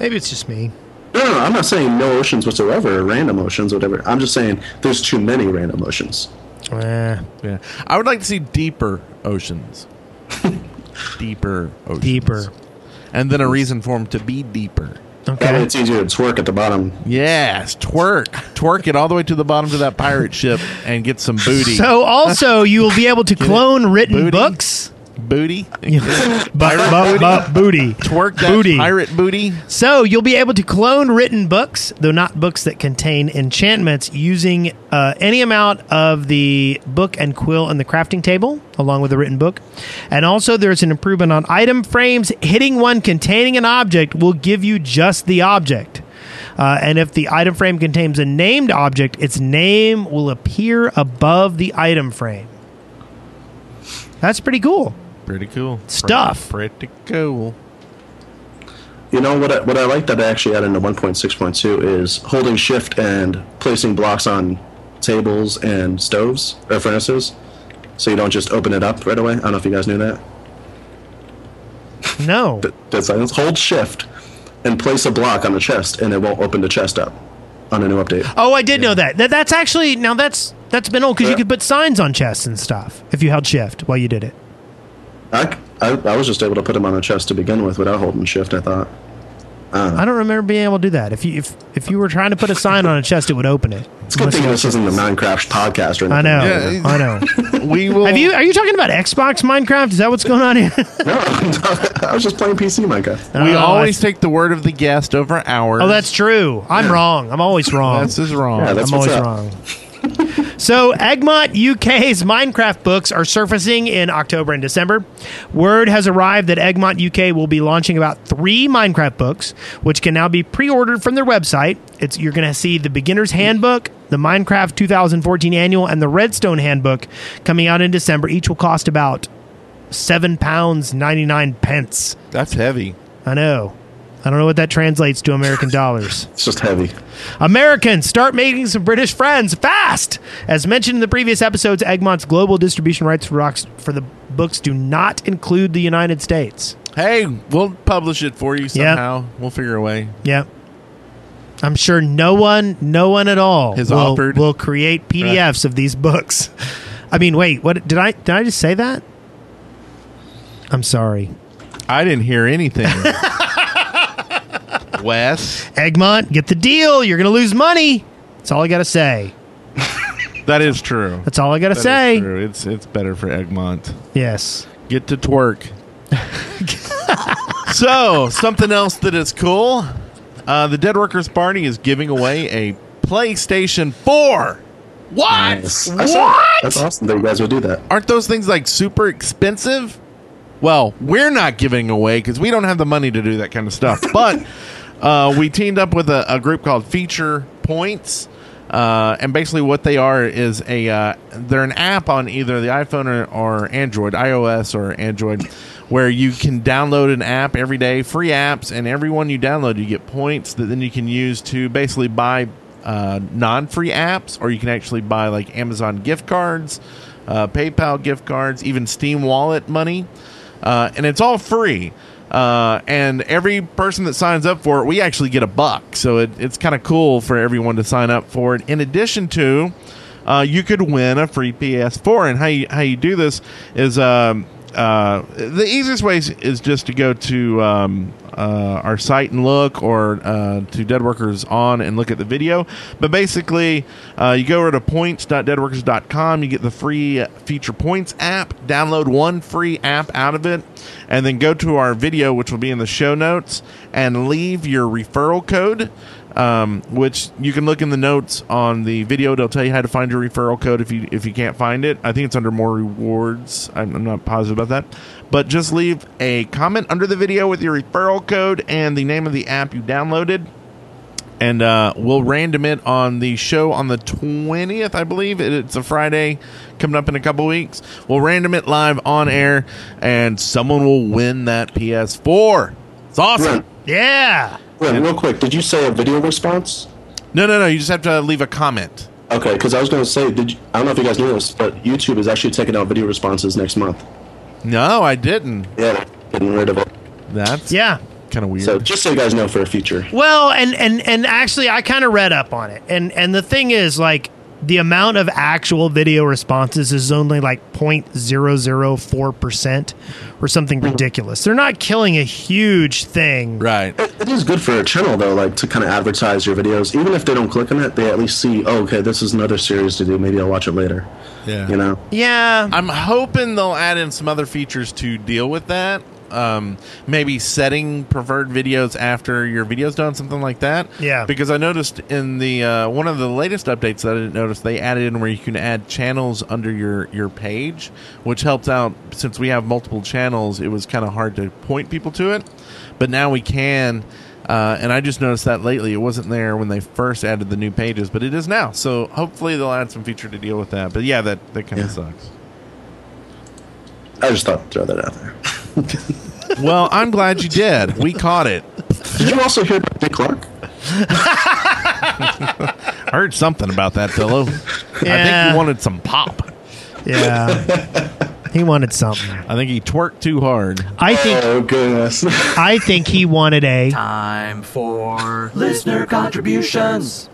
[SPEAKER 1] Maybe it's just me.
[SPEAKER 5] No, no, no, I'm not saying no oceans whatsoever, or random oceans, whatever. I'm just saying there's too many random oceans.
[SPEAKER 1] Eh,
[SPEAKER 4] Yeah, I would like to see deeper oceans, deeper oceans,
[SPEAKER 1] deeper.
[SPEAKER 4] and then a reason for them to be deeper.
[SPEAKER 5] That way
[SPEAKER 1] Okay.
[SPEAKER 5] it's easier to twerk at the bottom.
[SPEAKER 4] Yes, twerk, twerk it all the way to the bottom to that pirate ship and get some booty.
[SPEAKER 1] So also, you will be able to clone written
[SPEAKER 4] Booty?
[SPEAKER 1] books.
[SPEAKER 4] booty,
[SPEAKER 1] But, but, but booty.
[SPEAKER 4] twerk that
[SPEAKER 1] Booty.
[SPEAKER 4] pirate booty.
[SPEAKER 1] So you'll be able to clone written books, though not books that contain enchantments, using uh, any amount of the book and quill and the crafting table, along with the written book. And also, there's an improvement on item frames. Hitting one containing an object will give you just the object. Uh, and if the item frame contains a named object, its name will appear above the item frame. That's pretty cool.
[SPEAKER 4] Pretty cool
[SPEAKER 1] Stuff.
[SPEAKER 4] Pretty, pretty cool.
[SPEAKER 5] You know what? I, what I like that I actually added into 1.6.2 is holding shift and placing blocks on tables and stoves or furnaces, so you don't just open it up right away. I don't know if you guys knew that.
[SPEAKER 1] No.
[SPEAKER 5] Dead silence. Hold shift and place a block on the chest, and it won't open the chest up on a new update.
[SPEAKER 1] Oh, I did know that. that. That's actually now that's that's been old because you
[SPEAKER 5] Yeah.
[SPEAKER 1] could put signs on chests and stuff if you held shift while you did it.
[SPEAKER 5] I, I, I was just able to put them on a chest to begin with without holding shift. I thought.
[SPEAKER 4] Uh-huh.
[SPEAKER 1] I don't remember being able to do that. If you if if you were trying to put a sign on a chest, it would open it.
[SPEAKER 5] It's a good thing this isn't the Minecraft podcast or anything.
[SPEAKER 1] I know.
[SPEAKER 4] Yeah.
[SPEAKER 1] I know.
[SPEAKER 4] We will.
[SPEAKER 1] Have you are you talking about Xbox Minecraft? Is that what's going on here?
[SPEAKER 5] No, I was just playing PC Minecraft.
[SPEAKER 4] We
[SPEAKER 1] Oh,
[SPEAKER 4] always
[SPEAKER 1] I-
[SPEAKER 4] take the word of the guest over ours.
[SPEAKER 1] Oh, that's true. I'm wrong. I'm always wrong.
[SPEAKER 4] This is wrong.
[SPEAKER 5] Yeah, that's
[SPEAKER 1] I'm
[SPEAKER 5] what's
[SPEAKER 1] always
[SPEAKER 5] up.
[SPEAKER 1] wrong. so, Egmont UK's Minecraft books are surfacing in October and December. Word has arrived that Egmont UK will be launching about three Minecraft books, which can now be pre-ordered from their website. It's you're going to see the Beginner's Handbook, the Minecraft 2014 Annual, and the Redstone Handbook coming out in December. Each will cost about seven pounds ninety nine pence.
[SPEAKER 4] That's heavy.
[SPEAKER 1] I know. I don't know what that translates to American dollars.
[SPEAKER 5] It's just heavy.
[SPEAKER 1] Americans, start making some British friends fast. As mentioned in the previous episodes, Egmont's global distribution rights for, rocks, for the books do not include the United States.
[SPEAKER 4] Hey, we'll publish it for you
[SPEAKER 1] Yeah.
[SPEAKER 4] somehow. We'll figure a way.
[SPEAKER 1] Yeah. I'm sure no one, no one at all
[SPEAKER 4] Has
[SPEAKER 1] will,
[SPEAKER 4] offered.
[SPEAKER 1] will create PDFs of these books. I mean, wait, what did I did I just say that? I'm sorry.
[SPEAKER 4] I didn't hear anything. Wes,
[SPEAKER 1] Egmont, get the deal. You're going to lose money. That's all I got to say.
[SPEAKER 4] that is true.
[SPEAKER 1] That's all I got to
[SPEAKER 4] That is
[SPEAKER 1] say.
[SPEAKER 4] true. It's it's better for Egmont.
[SPEAKER 1] Yes.
[SPEAKER 4] Get to twerk. so something else that is cool. Uh, the Dead Workers Party is giving away a PlayStation 4. What?
[SPEAKER 5] Nice. I saw that.
[SPEAKER 4] What?
[SPEAKER 5] That's awesome that you guys would do that.
[SPEAKER 4] Aren't those things like super expensive? Well, we're not giving away because we don't have the money to do that kind of stuff. But uh, we teamed up with a, a group called Feature Points, uh, and basically what they are is a uh, they're an app on either the iPhone or, or Android, iOS or Android, where you can download an app every day, free apps, and every one you download, you get points that then you can use to basically buy uh, non-free apps, or you can actually buy like Amazon gift cards, uh, PayPal gift cards, even Steam Wallet money, uh, and it's all free. Uh, and every person that signs up for it, we actually get a buck. So it, it's kind of cool for everyone to sign up for it. In addition to, uh, you could win a free PS4. And how you, how you do this is um, uh, the easiest way is, is just to go to um, uh, our site and look, or uh, to Deadworkers on and look at the video. But basically, uh, you go over to points.deadworkers.com, you get the free feature points app, download one free app out of it, and then go to our video, which will be in the show notes, and leave your referral code um, which you can look in the notes on the video. They'll tell you how to find your referral code if you if you can't find it. I think it's under more rewards. I'm, I'm not positive about that, but just leave a comment under the video with your referral code and the name of the app you downloaded, and uh, we'll random it on the show on the 20th, I believe. It- It's a Friday coming up in a couple weeks. We'll random it live on air, and someone will win that PS4. It's awesome.
[SPEAKER 5] Right.
[SPEAKER 1] Yeah.
[SPEAKER 5] Wait, real quick, did you say a video response?
[SPEAKER 4] No, no, no. You just have to leave a comment.
[SPEAKER 5] Okay, because I was going to say, did you, I don't know if you guys knew this, but YouTube is actually taking out video responses next month.
[SPEAKER 4] No, I didn't.
[SPEAKER 5] Yeah, getting rid of it.
[SPEAKER 4] That's
[SPEAKER 1] Yeah.
[SPEAKER 4] kind of weird.
[SPEAKER 5] So just so you guys know for a future.
[SPEAKER 1] Well, and and and actually, I kind of read up on it, and and the thing is, like, the amount of actual video responses is only like 0.004 percent, or something ridiculous. They're not killing a huge thing.
[SPEAKER 4] right.
[SPEAKER 5] It is good for a channel though, like to kind of advertise your videos. Even if they don't click on it, they at least see, oh, okay, this is another series to do. Maybe I'll watch it later.
[SPEAKER 4] Yeah.
[SPEAKER 5] You know,
[SPEAKER 1] Yeah.
[SPEAKER 4] I'm hoping they'll add in some other features to deal with that. Um, maybe setting preferred videos after your video's done, something like that.
[SPEAKER 1] Yeah.
[SPEAKER 4] Because I noticed in the uh, one of the latest updates that I didn't notice, they added in where you can add channels under your your page, which helps out since we have multiple channels. It was kind of hard to point people to it, but now we can. Uh, and I just noticed that lately. It wasn't there when they first added the new pages, but it is now. So hopefully they'll add some feature to deal with that. But yeah, that, that kind of
[SPEAKER 5] Yeah.
[SPEAKER 4] sucks.
[SPEAKER 5] I just thought I'd throw that out there.
[SPEAKER 4] Well, I'm glad you did. We caught it.
[SPEAKER 5] Did you also hear about Nick Clark?
[SPEAKER 4] I heard something about that, Philo. I think
[SPEAKER 1] Yeah.
[SPEAKER 4] he wanted some pop.
[SPEAKER 1] Yeah. he wanted something.
[SPEAKER 4] I think he twerked too hard.
[SPEAKER 1] I think
[SPEAKER 5] Oh goodness.
[SPEAKER 1] I think he wanted a.
[SPEAKER 2] Time for listener contributions.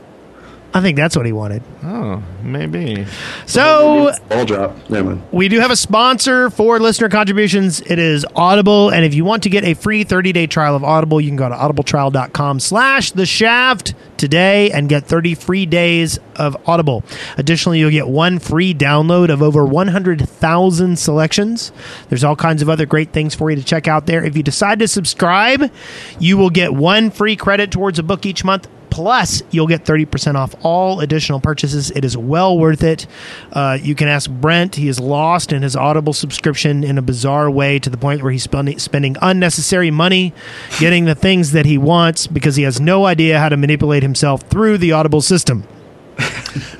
[SPEAKER 1] I think that's what he wanted.
[SPEAKER 4] Oh, maybe.
[SPEAKER 1] So
[SPEAKER 5] Ball drop. Never mind.
[SPEAKER 1] we do have a sponsor for listener contributions. It is Audible, and if you want to get a free 30-day trial of Audible, you can go to audibletrial.com slash the shaft today and get 30 free days of Audible. Additionally, you'll get one free download of over 100,000 selections. There's all kinds of other great things for you to check out there. If you decide to subscribe, you will get one free credit towards a book each month. Plus, you'll get 30% off all additional purchases. It is well worth it. Uh, you can ask Brent. He is lost in his Audible subscription in a bizarre way to the point where he's spending, spending unnecessary money getting the things that he wants because he has no idea how to manipulate himself through the Audible system.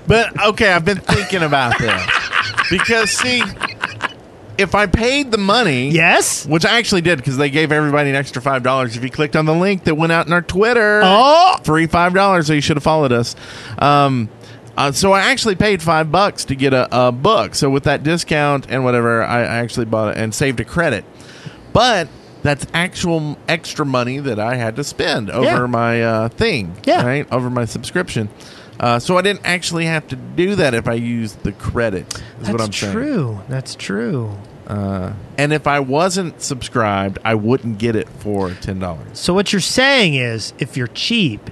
[SPEAKER 4] But okay, I've been thinking about this. Because see, if I paid the money,
[SPEAKER 1] Yes?
[SPEAKER 4] which I actually did because they gave everybody an extra five dollars if you clicked on the link that went out in our Twitter.
[SPEAKER 1] Oh!
[SPEAKER 4] free five dollars. So you should have followed us. Um, uh, so I actually paid five bucks to get a, a book. So with that discount and whatever, I, I actually bought it and saved a credit. But that's actual extra money that I had to spend over
[SPEAKER 1] Yeah.
[SPEAKER 4] my uh, thing,
[SPEAKER 1] Yeah.
[SPEAKER 4] right? Over my subscription. Uh, so I didn't actually have to do that if I used the credit. Is what I'm
[SPEAKER 1] That's
[SPEAKER 4] saying.
[SPEAKER 1] true. That's true.
[SPEAKER 4] And if I wasn't subscribed, I wouldn't get it for ten dollars.
[SPEAKER 1] So what you're saying is, if you're cheap,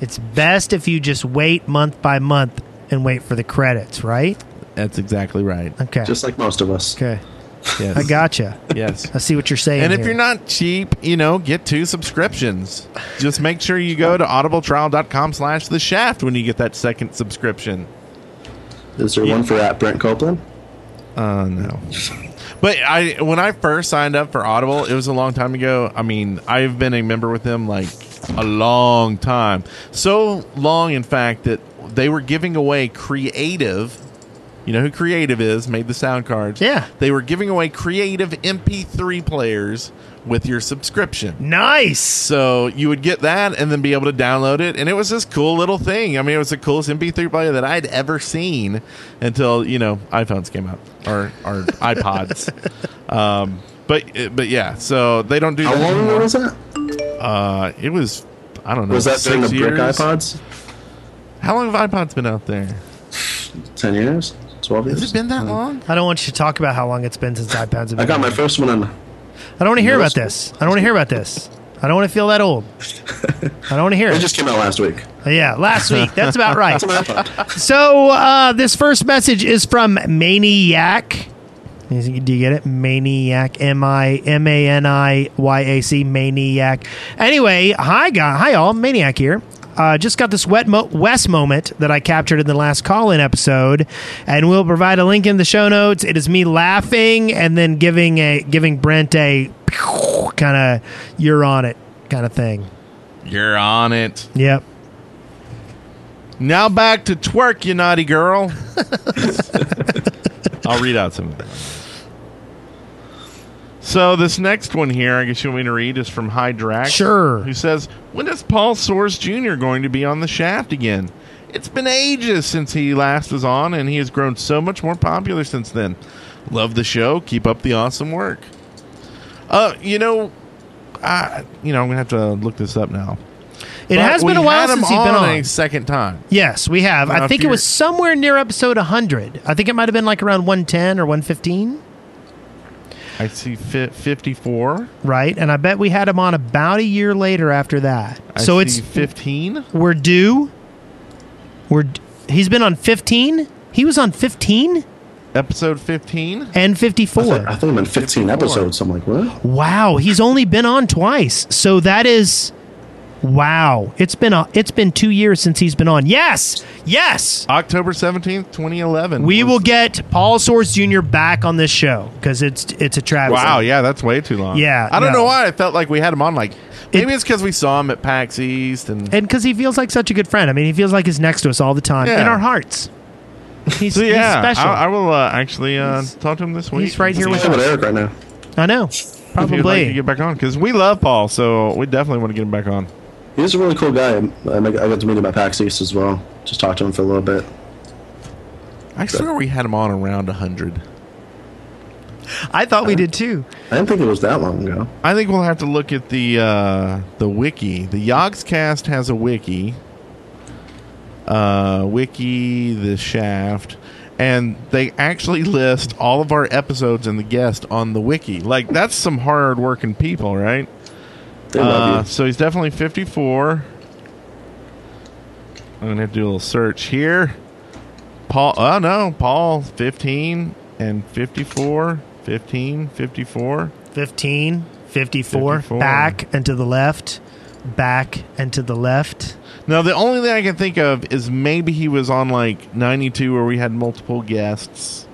[SPEAKER 1] it's best if you just wait month by month and wait for the credits, right?
[SPEAKER 4] That's exactly right.
[SPEAKER 1] Okay.
[SPEAKER 5] Just like most of us.
[SPEAKER 1] okay.
[SPEAKER 4] Yes.
[SPEAKER 1] I gotcha.
[SPEAKER 4] Yes.
[SPEAKER 1] I see what you're saying.
[SPEAKER 4] And if
[SPEAKER 1] here.
[SPEAKER 4] you're not cheap, you know, get two subscriptions. Just make sure you go to audibletrial.com slash the shaft when you get that second subscription.
[SPEAKER 5] Is there one for at Brent Copeland?
[SPEAKER 4] Uh, no. But I when I first signed up for Audible, it was a long time ago. I mean, I've been a member with them like a long time. So long in fact that they were giving away creative you know who Creative is, made the sound cards.
[SPEAKER 1] Yeah.
[SPEAKER 4] They were giving away creative MP3 players with your subscription.
[SPEAKER 1] nice.
[SPEAKER 4] So you would get that and then be able to download it. And it was this cool little thing. I mean, it was the coolest MP3 player that I'd ever seen until, you know, iPhones came out or, or iPods. um, but, but yeah, so they don't do
[SPEAKER 5] How
[SPEAKER 4] that.
[SPEAKER 5] long ago
[SPEAKER 4] anymore.
[SPEAKER 5] was that?
[SPEAKER 4] Uh, it was, I don't know.
[SPEAKER 5] Was that during the
[SPEAKER 4] six
[SPEAKER 5] brick
[SPEAKER 4] years?
[SPEAKER 5] iPods?
[SPEAKER 4] How long have iPods been out there?
[SPEAKER 5] Ten years? Twelve years?
[SPEAKER 4] Has it been that long?
[SPEAKER 1] I don't want you to talk about how long it's been since iPads have been.
[SPEAKER 5] I got my
[SPEAKER 1] out.
[SPEAKER 5] first one on.
[SPEAKER 1] I don't want to hear
[SPEAKER 5] middle
[SPEAKER 1] about
[SPEAKER 5] school.
[SPEAKER 1] this. I don't want to hear about this. I don't want to feel that old. I don't want to hear
[SPEAKER 5] It
[SPEAKER 1] it.
[SPEAKER 5] just came out last week.
[SPEAKER 1] yeah, last week. That's about right.
[SPEAKER 5] It's an iPod.
[SPEAKER 1] So uh, this first message is from Maniac. Is- Do you get it? Maniac. M I M A N I Y A C. Maniac. Anyway, hi guy. Hi all. Maniac here. Uh, just got this wet mo- West moment that I captured in the last call-in episode, and we'll provide a link in the show notes. It is me laughing and then giving a giving Brent a kind of you're on it kind of thing.
[SPEAKER 4] You're on it.
[SPEAKER 1] Yep.
[SPEAKER 4] Now back to twerk, you naughty girl. I'll read out some of that. So this next one here, I guess you want me to read, is from Hydrax.
[SPEAKER 1] Sure.
[SPEAKER 4] Who says, When is Paul Source Jr. going to be on the shaft again? It's been ages since he last was on, and he has grown so much more popular since then. Love the show. Keep up the awesome work. Uh, you know, I, you know, I'm gonna have to look this up now.
[SPEAKER 1] It
[SPEAKER 4] But
[SPEAKER 1] has been
[SPEAKER 4] we
[SPEAKER 1] a while
[SPEAKER 4] had him
[SPEAKER 1] since he's been on.
[SPEAKER 4] a second time.
[SPEAKER 1] Yes, we have.
[SPEAKER 4] Now,
[SPEAKER 1] I
[SPEAKER 4] if
[SPEAKER 1] think it was
[SPEAKER 4] you're-
[SPEAKER 1] somewhere near episode 100. I think it might have been like around 110 or 115,
[SPEAKER 4] I see fi 54.
[SPEAKER 1] right? And I bet we had him on about a year later after that.
[SPEAKER 4] I
[SPEAKER 1] so
[SPEAKER 4] see
[SPEAKER 1] it's
[SPEAKER 4] 15.
[SPEAKER 1] we're due. We're d- he's been on 15. He was on 15
[SPEAKER 4] Episode 15.
[SPEAKER 1] and
[SPEAKER 5] I
[SPEAKER 1] 54.
[SPEAKER 5] think- I think I'm in 15 episodes. I'm like, what?
[SPEAKER 1] Wow, he's only been on twice. So that is wow. It's been a, it's been 2 years since he's been on. Yes. Yes.
[SPEAKER 4] October 17th, 2011.
[SPEAKER 1] We
[SPEAKER 4] was-
[SPEAKER 1] will get Paul Source Jr. back on this show because it's it's a travesty.
[SPEAKER 4] Wow, yeah, that's way too long.
[SPEAKER 1] Yeah,
[SPEAKER 4] I don't
[SPEAKER 1] no.
[SPEAKER 4] know why I felt like we had him on like maybe
[SPEAKER 1] It-
[SPEAKER 4] it's cuz we saw him at PAX East and
[SPEAKER 1] and because he feels like such a good friend. I mean, he feels like he's next to us all the time
[SPEAKER 4] Yeah.
[SPEAKER 1] in our hearts. He's,
[SPEAKER 4] so yeah,
[SPEAKER 1] he's special.
[SPEAKER 4] I, I
[SPEAKER 1] I,
[SPEAKER 4] will uh, actually uh, talk to him this week.
[SPEAKER 1] he's right
[SPEAKER 4] and
[SPEAKER 1] here
[SPEAKER 4] see
[SPEAKER 1] with
[SPEAKER 5] What's
[SPEAKER 4] if
[SPEAKER 5] up with
[SPEAKER 1] us.
[SPEAKER 5] Eric right now?
[SPEAKER 1] know,
[SPEAKER 4] he would like to
[SPEAKER 1] probably.
[SPEAKER 4] get back on cuz we love Paul, so we definitely want to get him back on.
[SPEAKER 5] He's a really cool guy. I, I got to meet him at PAX East as well. Just talked to him for a little bit.
[SPEAKER 4] I swear we had him on around 100.
[SPEAKER 1] I thought we did too.
[SPEAKER 5] I didn't think it was that long ago.
[SPEAKER 4] I think we'll have to look at the uh, the wiki. The Yogscast has a wiki. Uh, wiki the Shaft, and they actually list all of our episodes and the guest on the wiki. Like that's some hard working people, right?
[SPEAKER 5] They
[SPEAKER 4] Uh,
[SPEAKER 5] love you.
[SPEAKER 4] so he's definitely fifty four. I'm gonna have to do a little search here. Paul, oh no, Paul, fifteen and 54, 15, 54.
[SPEAKER 1] 15, 54,
[SPEAKER 4] 54.
[SPEAKER 1] back and to the left, back and to the left.
[SPEAKER 4] Now, the only thing I can think of is maybe he was on like 92 where we had multiple guests,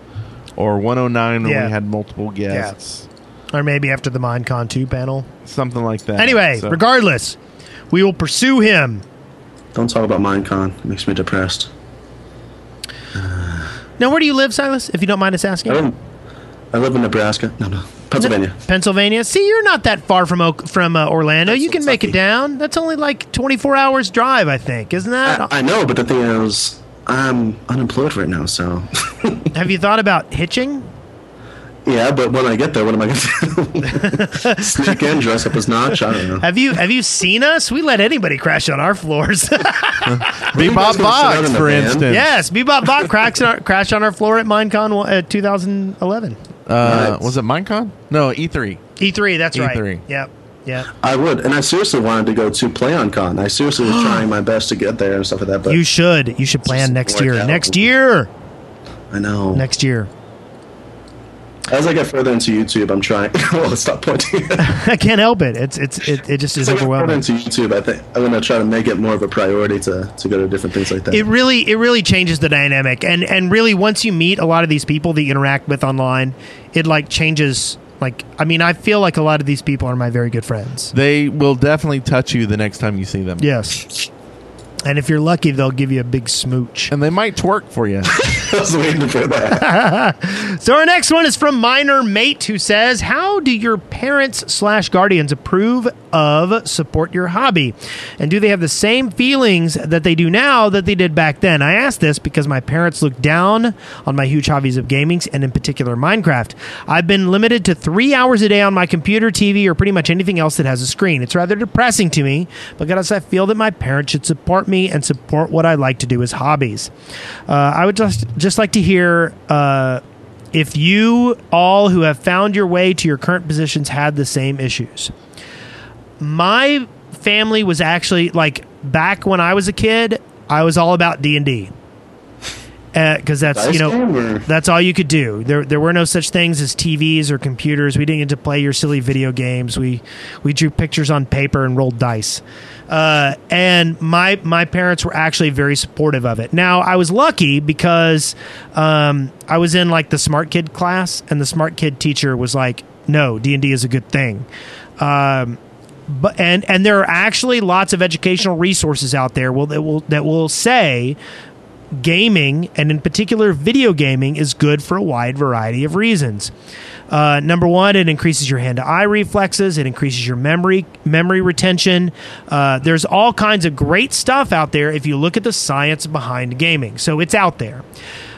[SPEAKER 4] or 109 where
[SPEAKER 1] Yeah.
[SPEAKER 4] we had multiple guests,
[SPEAKER 1] Or maybe after the Minecon 2 panel.
[SPEAKER 4] something like that.
[SPEAKER 1] Anyway,
[SPEAKER 4] So-
[SPEAKER 1] regardless, we will pursue him.
[SPEAKER 5] Don't talk about Minecon. It makes me depressed.
[SPEAKER 1] Now, where do you live, Silas, if you don't mind us asking?
[SPEAKER 5] I, live- I live in Nebraska. No, no. Pennsylvania.
[SPEAKER 1] Pennsylvania. See, you're not that far from Oak, from uh, Orlando. you can make it down. That's only like 24 hours drive, I think, isn't that?
[SPEAKER 5] I, I know, but the thing is, I'm unemployed right now, so.
[SPEAKER 1] Have you thought about hitching?
[SPEAKER 5] yeah, but when I get there, what am I going to do? Sneak in, dress up as Notch? I don't know.
[SPEAKER 1] Have you have you seen us? We let anybody crash on our floors.
[SPEAKER 4] Bebop
[SPEAKER 5] Who's gonna sit out
[SPEAKER 4] Box,
[SPEAKER 5] in the
[SPEAKER 4] for
[SPEAKER 5] van?
[SPEAKER 4] instance.
[SPEAKER 1] yes, Bebop Bot crashed on, crashed on our floor at Minecon uh, 2011.
[SPEAKER 4] Uh,
[SPEAKER 5] Nice.
[SPEAKER 4] was it Minecon? No, E E3.
[SPEAKER 1] E3, E that's
[SPEAKER 4] E3.
[SPEAKER 1] right. Yep. Yep.
[SPEAKER 5] I would, and I seriously wanted to go to PlayOnCon. I seriously was trying my best to get there and stuff like that, but
[SPEAKER 1] You should you should plan
[SPEAKER 5] Just
[SPEAKER 1] next
[SPEAKER 5] work
[SPEAKER 1] year.
[SPEAKER 5] out.
[SPEAKER 1] Next year.
[SPEAKER 5] I know.
[SPEAKER 1] Next year.
[SPEAKER 5] As I get further into YouTube, I'm trying. well, stop pointing.
[SPEAKER 1] I can't help it. It's it's it, it just is
[SPEAKER 5] As I get further
[SPEAKER 1] overwhelming.
[SPEAKER 5] into YouTube, I think I'm gonna try to make it more of a priority to to go to different things like that.
[SPEAKER 1] It really it really changes the dynamic, and and really once you meet a lot of these people that you interact with online, it like changes. Like I mean, I feel like a lot of these people are my very good friends.
[SPEAKER 4] They will definitely touch you the next time you see them.
[SPEAKER 1] Yes. And if you're lucky, they'll give you a big smooch.
[SPEAKER 4] And they might twerk for you.
[SPEAKER 5] I was waiting for that.
[SPEAKER 1] So our next one is from Minor Mate, who says, "How do your parents slash guardians approve of support your hobby, and do they have the same feelings that they do now that they did back then?" I asked this because my parents looked down on my huge hobbies of gaming and in particular Minecraft. I've been limited to three hours a day on my computer, TV, or pretty much anything else that has a screen. It's rather depressing to me because I feel that my parents should support me and support what I like to do as hobbies. Uh, I would just just like to hear. Uh, if you all who have found your way to your current positions had the same issues. My family was actually like back when I was a kid, I was all about D and D because that's you
[SPEAKER 5] Dice game
[SPEAKER 1] know
[SPEAKER 5] or-
[SPEAKER 1] that's all you could do. There there were no such things as TVs or computers. We didn't get to play your silly video games. We we drew pictures on paper and rolled dice. Uh, and my my parents were actually very supportive of it. Now I was lucky because um, I was in like the smart kid class, and the smart kid teacher was like, "No, D and D is a good thing." Um, but and and there are actually lots of educational resources out there will that will that will say gaming and in particular video gaming is good for a wide variety of reasons uh, number one it increases your hand to eye reflexes it increases your memory memory retention uh, there's all kinds of great stuff out there if you look at the science behind gaming so it's out there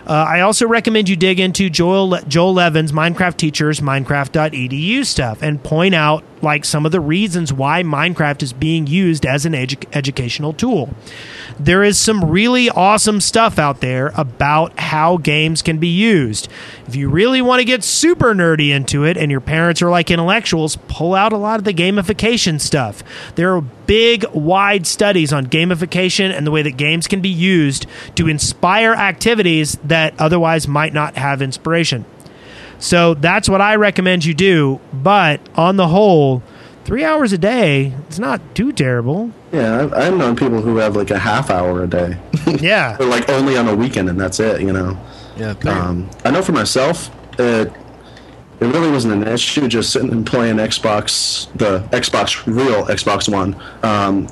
[SPEAKER 1] uh, I also recommend you dig into Joel Joel Levin's Minecraft Teachers Minecraft.edu stuff and point out like some of the reasons why Minecraft is being used as an edu- educational tool. There is some really awesome stuff out there about how games can be used. If you really want to get super nerdy into it and your parents are like intellectuals, pull out a lot of the gamification stuff. There are big, wide studies on gamification and the way that games can be used to inspire activities that otherwise might not have inspiration. So that's what I recommend you do. But on the whole, three hours a day, it's not too terrible.
[SPEAKER 5] Yeah, I've, I've known people who have like a half hour a day,
[SPEAKER 1] Yeah.
[SPEAKER 5] or like only on a weekend, and that's it. You know.
[SPEAKER 4] yeah.
[SPEAKER 5] Um, I know for myself, it, it really wasn't an issue just sitting and playing Xbox, the Xbox, real Xbox One. Um,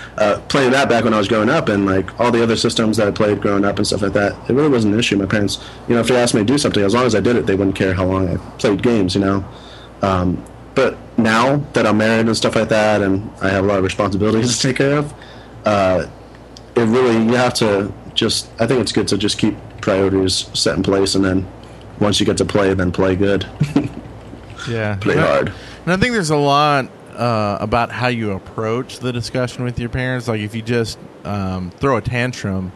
[SPEAKER 5] uh, playing that back when I was growing up and like all the other systems that I played growing up and stuff like that, it really wasn't an issue. My parents, you know, if they asked me to do something, as long as I did it, they wouldn't care how long I played games, you know. Um, but now that I'm married and stuff like that, and I have a lot of responsibilities to take care of, it really you have to just i think it's good to just keep priorities set in place and then once you get to play then play good
[SPEAKER 4] yeah.
[SPEAKER 5] play
[SPEAKER 4] And I-
[SPEAKER 5] hard
[SPEAKER 4] And I think there's a lot uh, about how you approach the discussion with your parents. Like if you just um, throw a tantrum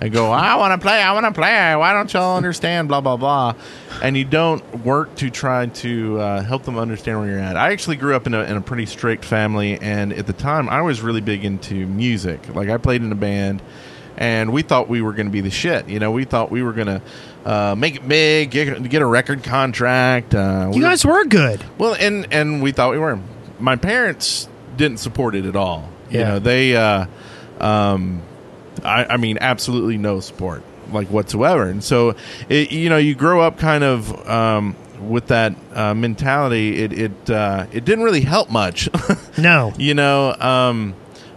[SPEAKER 4] and go, I want to play, I want to play, why don't y'all understand, blah, blah, blah. And you don't work to try to uh, help them understand where you're at. I actually grew up in a, in a pretty strict family. And at the time, I was really big into music. Like I played in a band and we thought we were going to be the shit. You know, we thought we were going to uh, make it big, get, get a record contract. Uh, we
[SPEAKER 1] You
[SPEAKER 4] were-
[SPEAKER 1] guys were good.
[SPEAKER 4] well, and and we thought we were. My parents didn't support it at all. You
[SPEAKER 1] Yeah.
[SPEAKER 4] know, they, uh, um, I, I mean, absolutely no support, like whatsoever. And so, it, you know, you grow up kind of um, with that uh, mentality. It it uh, it didn't really help much.
[SPEAKER 1] No.
[SPEAKER 4] you know um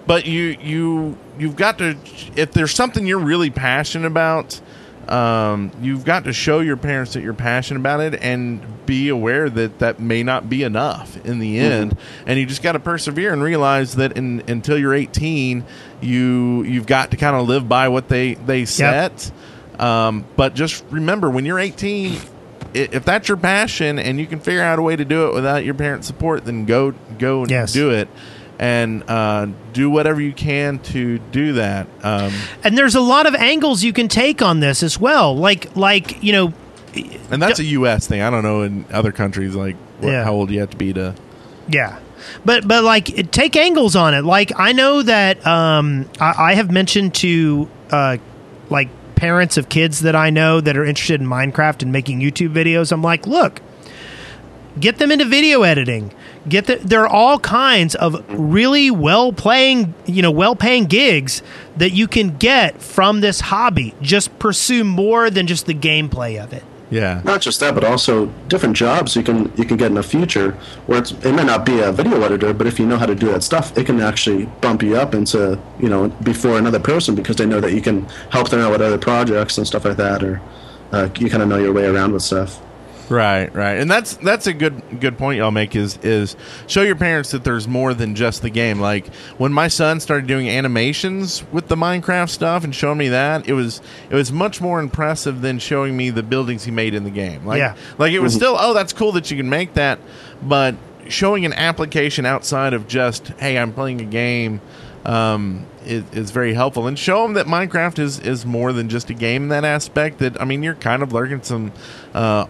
[SPEAKER 4] but you you you've got to if there's something you're really passionate about um you've got to show your parents that you're passionate about it and be aware that that may not be enough in the end and you just got to persevere and realize that in, until you're 18 you you've got to kind of live by what they they set um but just remember when you're 18 i- if that's your passion and you can figure out a way to do it without your parents support then go go and
[SPEAKER 1] Yes.
[SPEAKER 4] do it it and uh, do whatever you can to do that. Um,
[SPEAKER 1] And there's a lot of angles you can take on this as well. Like like, you know,
[SPEAKER 4] and that's a U.S. thing. I don't know in other countries like what,
[SPEAKER 1] Yeah.
[SPEAKER 4] how old you have to be to.
[SPEAKER 1] Yeah. But but like it- take angles on it. Like I know that um I, I have mentioned to uh like parents of kids that I know that are interested in Minecraft and making YouTube videos, I'm like, look, get them into video editing. Get the, there are all kinds of really well playing, you know, well paying gigs that you can get from this hobby. Just pursue more than just the gameplay of it.
[SPEAKER 4] Yeah.
[SPEAKER 5] Not just that, but also different jobs you can you can get in the future where it's, it may not be a video editor, but if you know how to do that stuff, it can actually bump you up into you know before another person because they know that you can help them out with other projects and stuff like that, or uh, you kind of know your way around with stuff.
[SPEAKER 4] Right, right, and that's that's a good good point y'all make is is show your parents that there's more than just the game. Like when my son started doing animations with the Minecraft stuff and showing me that, it was it was much more impressive than showing me the buildings he made in the game. Like
[SPEAKER 1] Yeah.
[SPEAKER 4] like it was still oh that's cool that you can make that, but showing an application outside of just hey I'm playing a game um, is, is very helpful and show them that Minecraft is, is more than just a game in that aspect. That I mean, you're kind of learning some uh,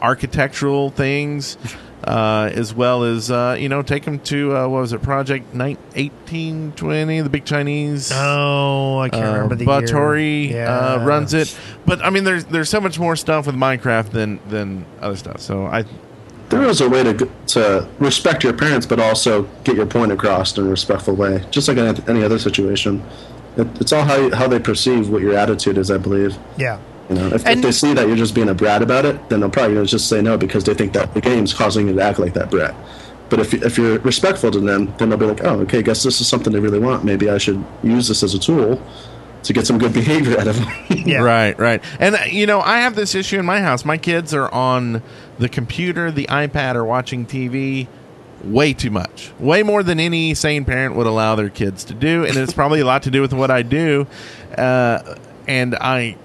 [SPEAKER 4] architectural things uh, as well as uh, you know take them to uh, what was it Project Nine- 1820, the big Chinese.
[SPEAKER 1] Oh, I can't
[SPEAKER 4] Uh,
[SPEAKER 1] remember the
[SPEAKER 4] Batory
[SPEAKER 1] year.
[SPEAKER 4] uh,
[SPEAKER 1] Yeah.
[SPEAKER 4] runs it, but I mean, there's there's so much more stuff with Minecraft than than other stuff. So I,
[SPEAKER 5] There is a way to to respect your parents, but also get your point across in a respectful way, just like in any other situation. It, it's all how you, how they perceive what your attitude is, I believe.
[SPEAKER 1] Yeah.
[SPEAKER 5] You know, if,
[SPEAKER 1] And-
[SPEAKER 5] if they see that you're just being a brat about it, then they'll probably gonna just say no because they think that the game's causing you to act like that brat. But if, you- if you're respectful to them, then they'll be like, oh, okay, guess this is something they really want. Maybe I should use this as a tool to get some good behavior out of them.
[SPEAKER 1] Yeah.
[SPEAKER 4] Right, right. And, uh, you know, I have this issue in my house. My kids are on the computer, the iPad, or watching TV way too much, way more than any sane parent would allow their kids to do. And it's probably a lot to do with what I do. Uh, and I.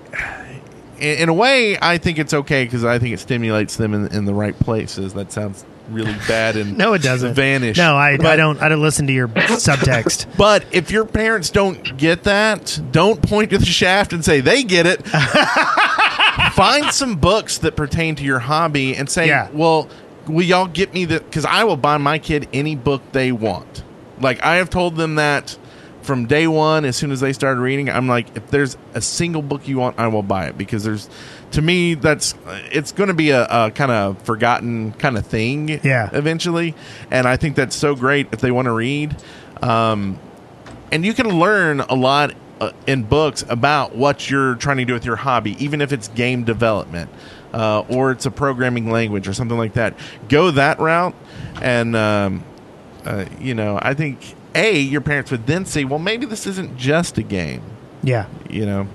[SPEAKER 4] In in a way, I think it's okay because I think it stimulates them in, in the right places. That sounds really bad and
[SPEAKER 1] No, it doesn't
[SPEAKER 4] vanish.
[SPEAKER 1] No, I, I
[SPEAKER 4] But-
[SPEAKER 1] don't. I don't listen to your subtext.
[SPEAKER 4] but if your parents don't get that, don't point to the shaft and say they get it. Find some books that pertain to your hobby and say,
[SPEAKER 1] Yeah.
[SPEAKER 4] "Well, will y'all get me the?" Because I will buy my kid any book they want. Like I have told them that from day one. As soon as they started reading, I'm like, "If there's a single book you want, I will buy it." Because there's, to me, that's it's going to be a, a kind of forgotten kind of thing
[SPEAKER 1] Yeah.
[SPEAKER 4] eventually. And I think that's so great if they want to read. Um, and you can learn a lot uh, in books about what you're trying to do with your hobby, even if it's game development uh, or it's a programming language or something like that. Go that route, and um, uh, you know, I think a your parents would then see, well, maybe this isn't just a game.
[SPEAKER 1] Yeah.
[SPEAKER 4] You know,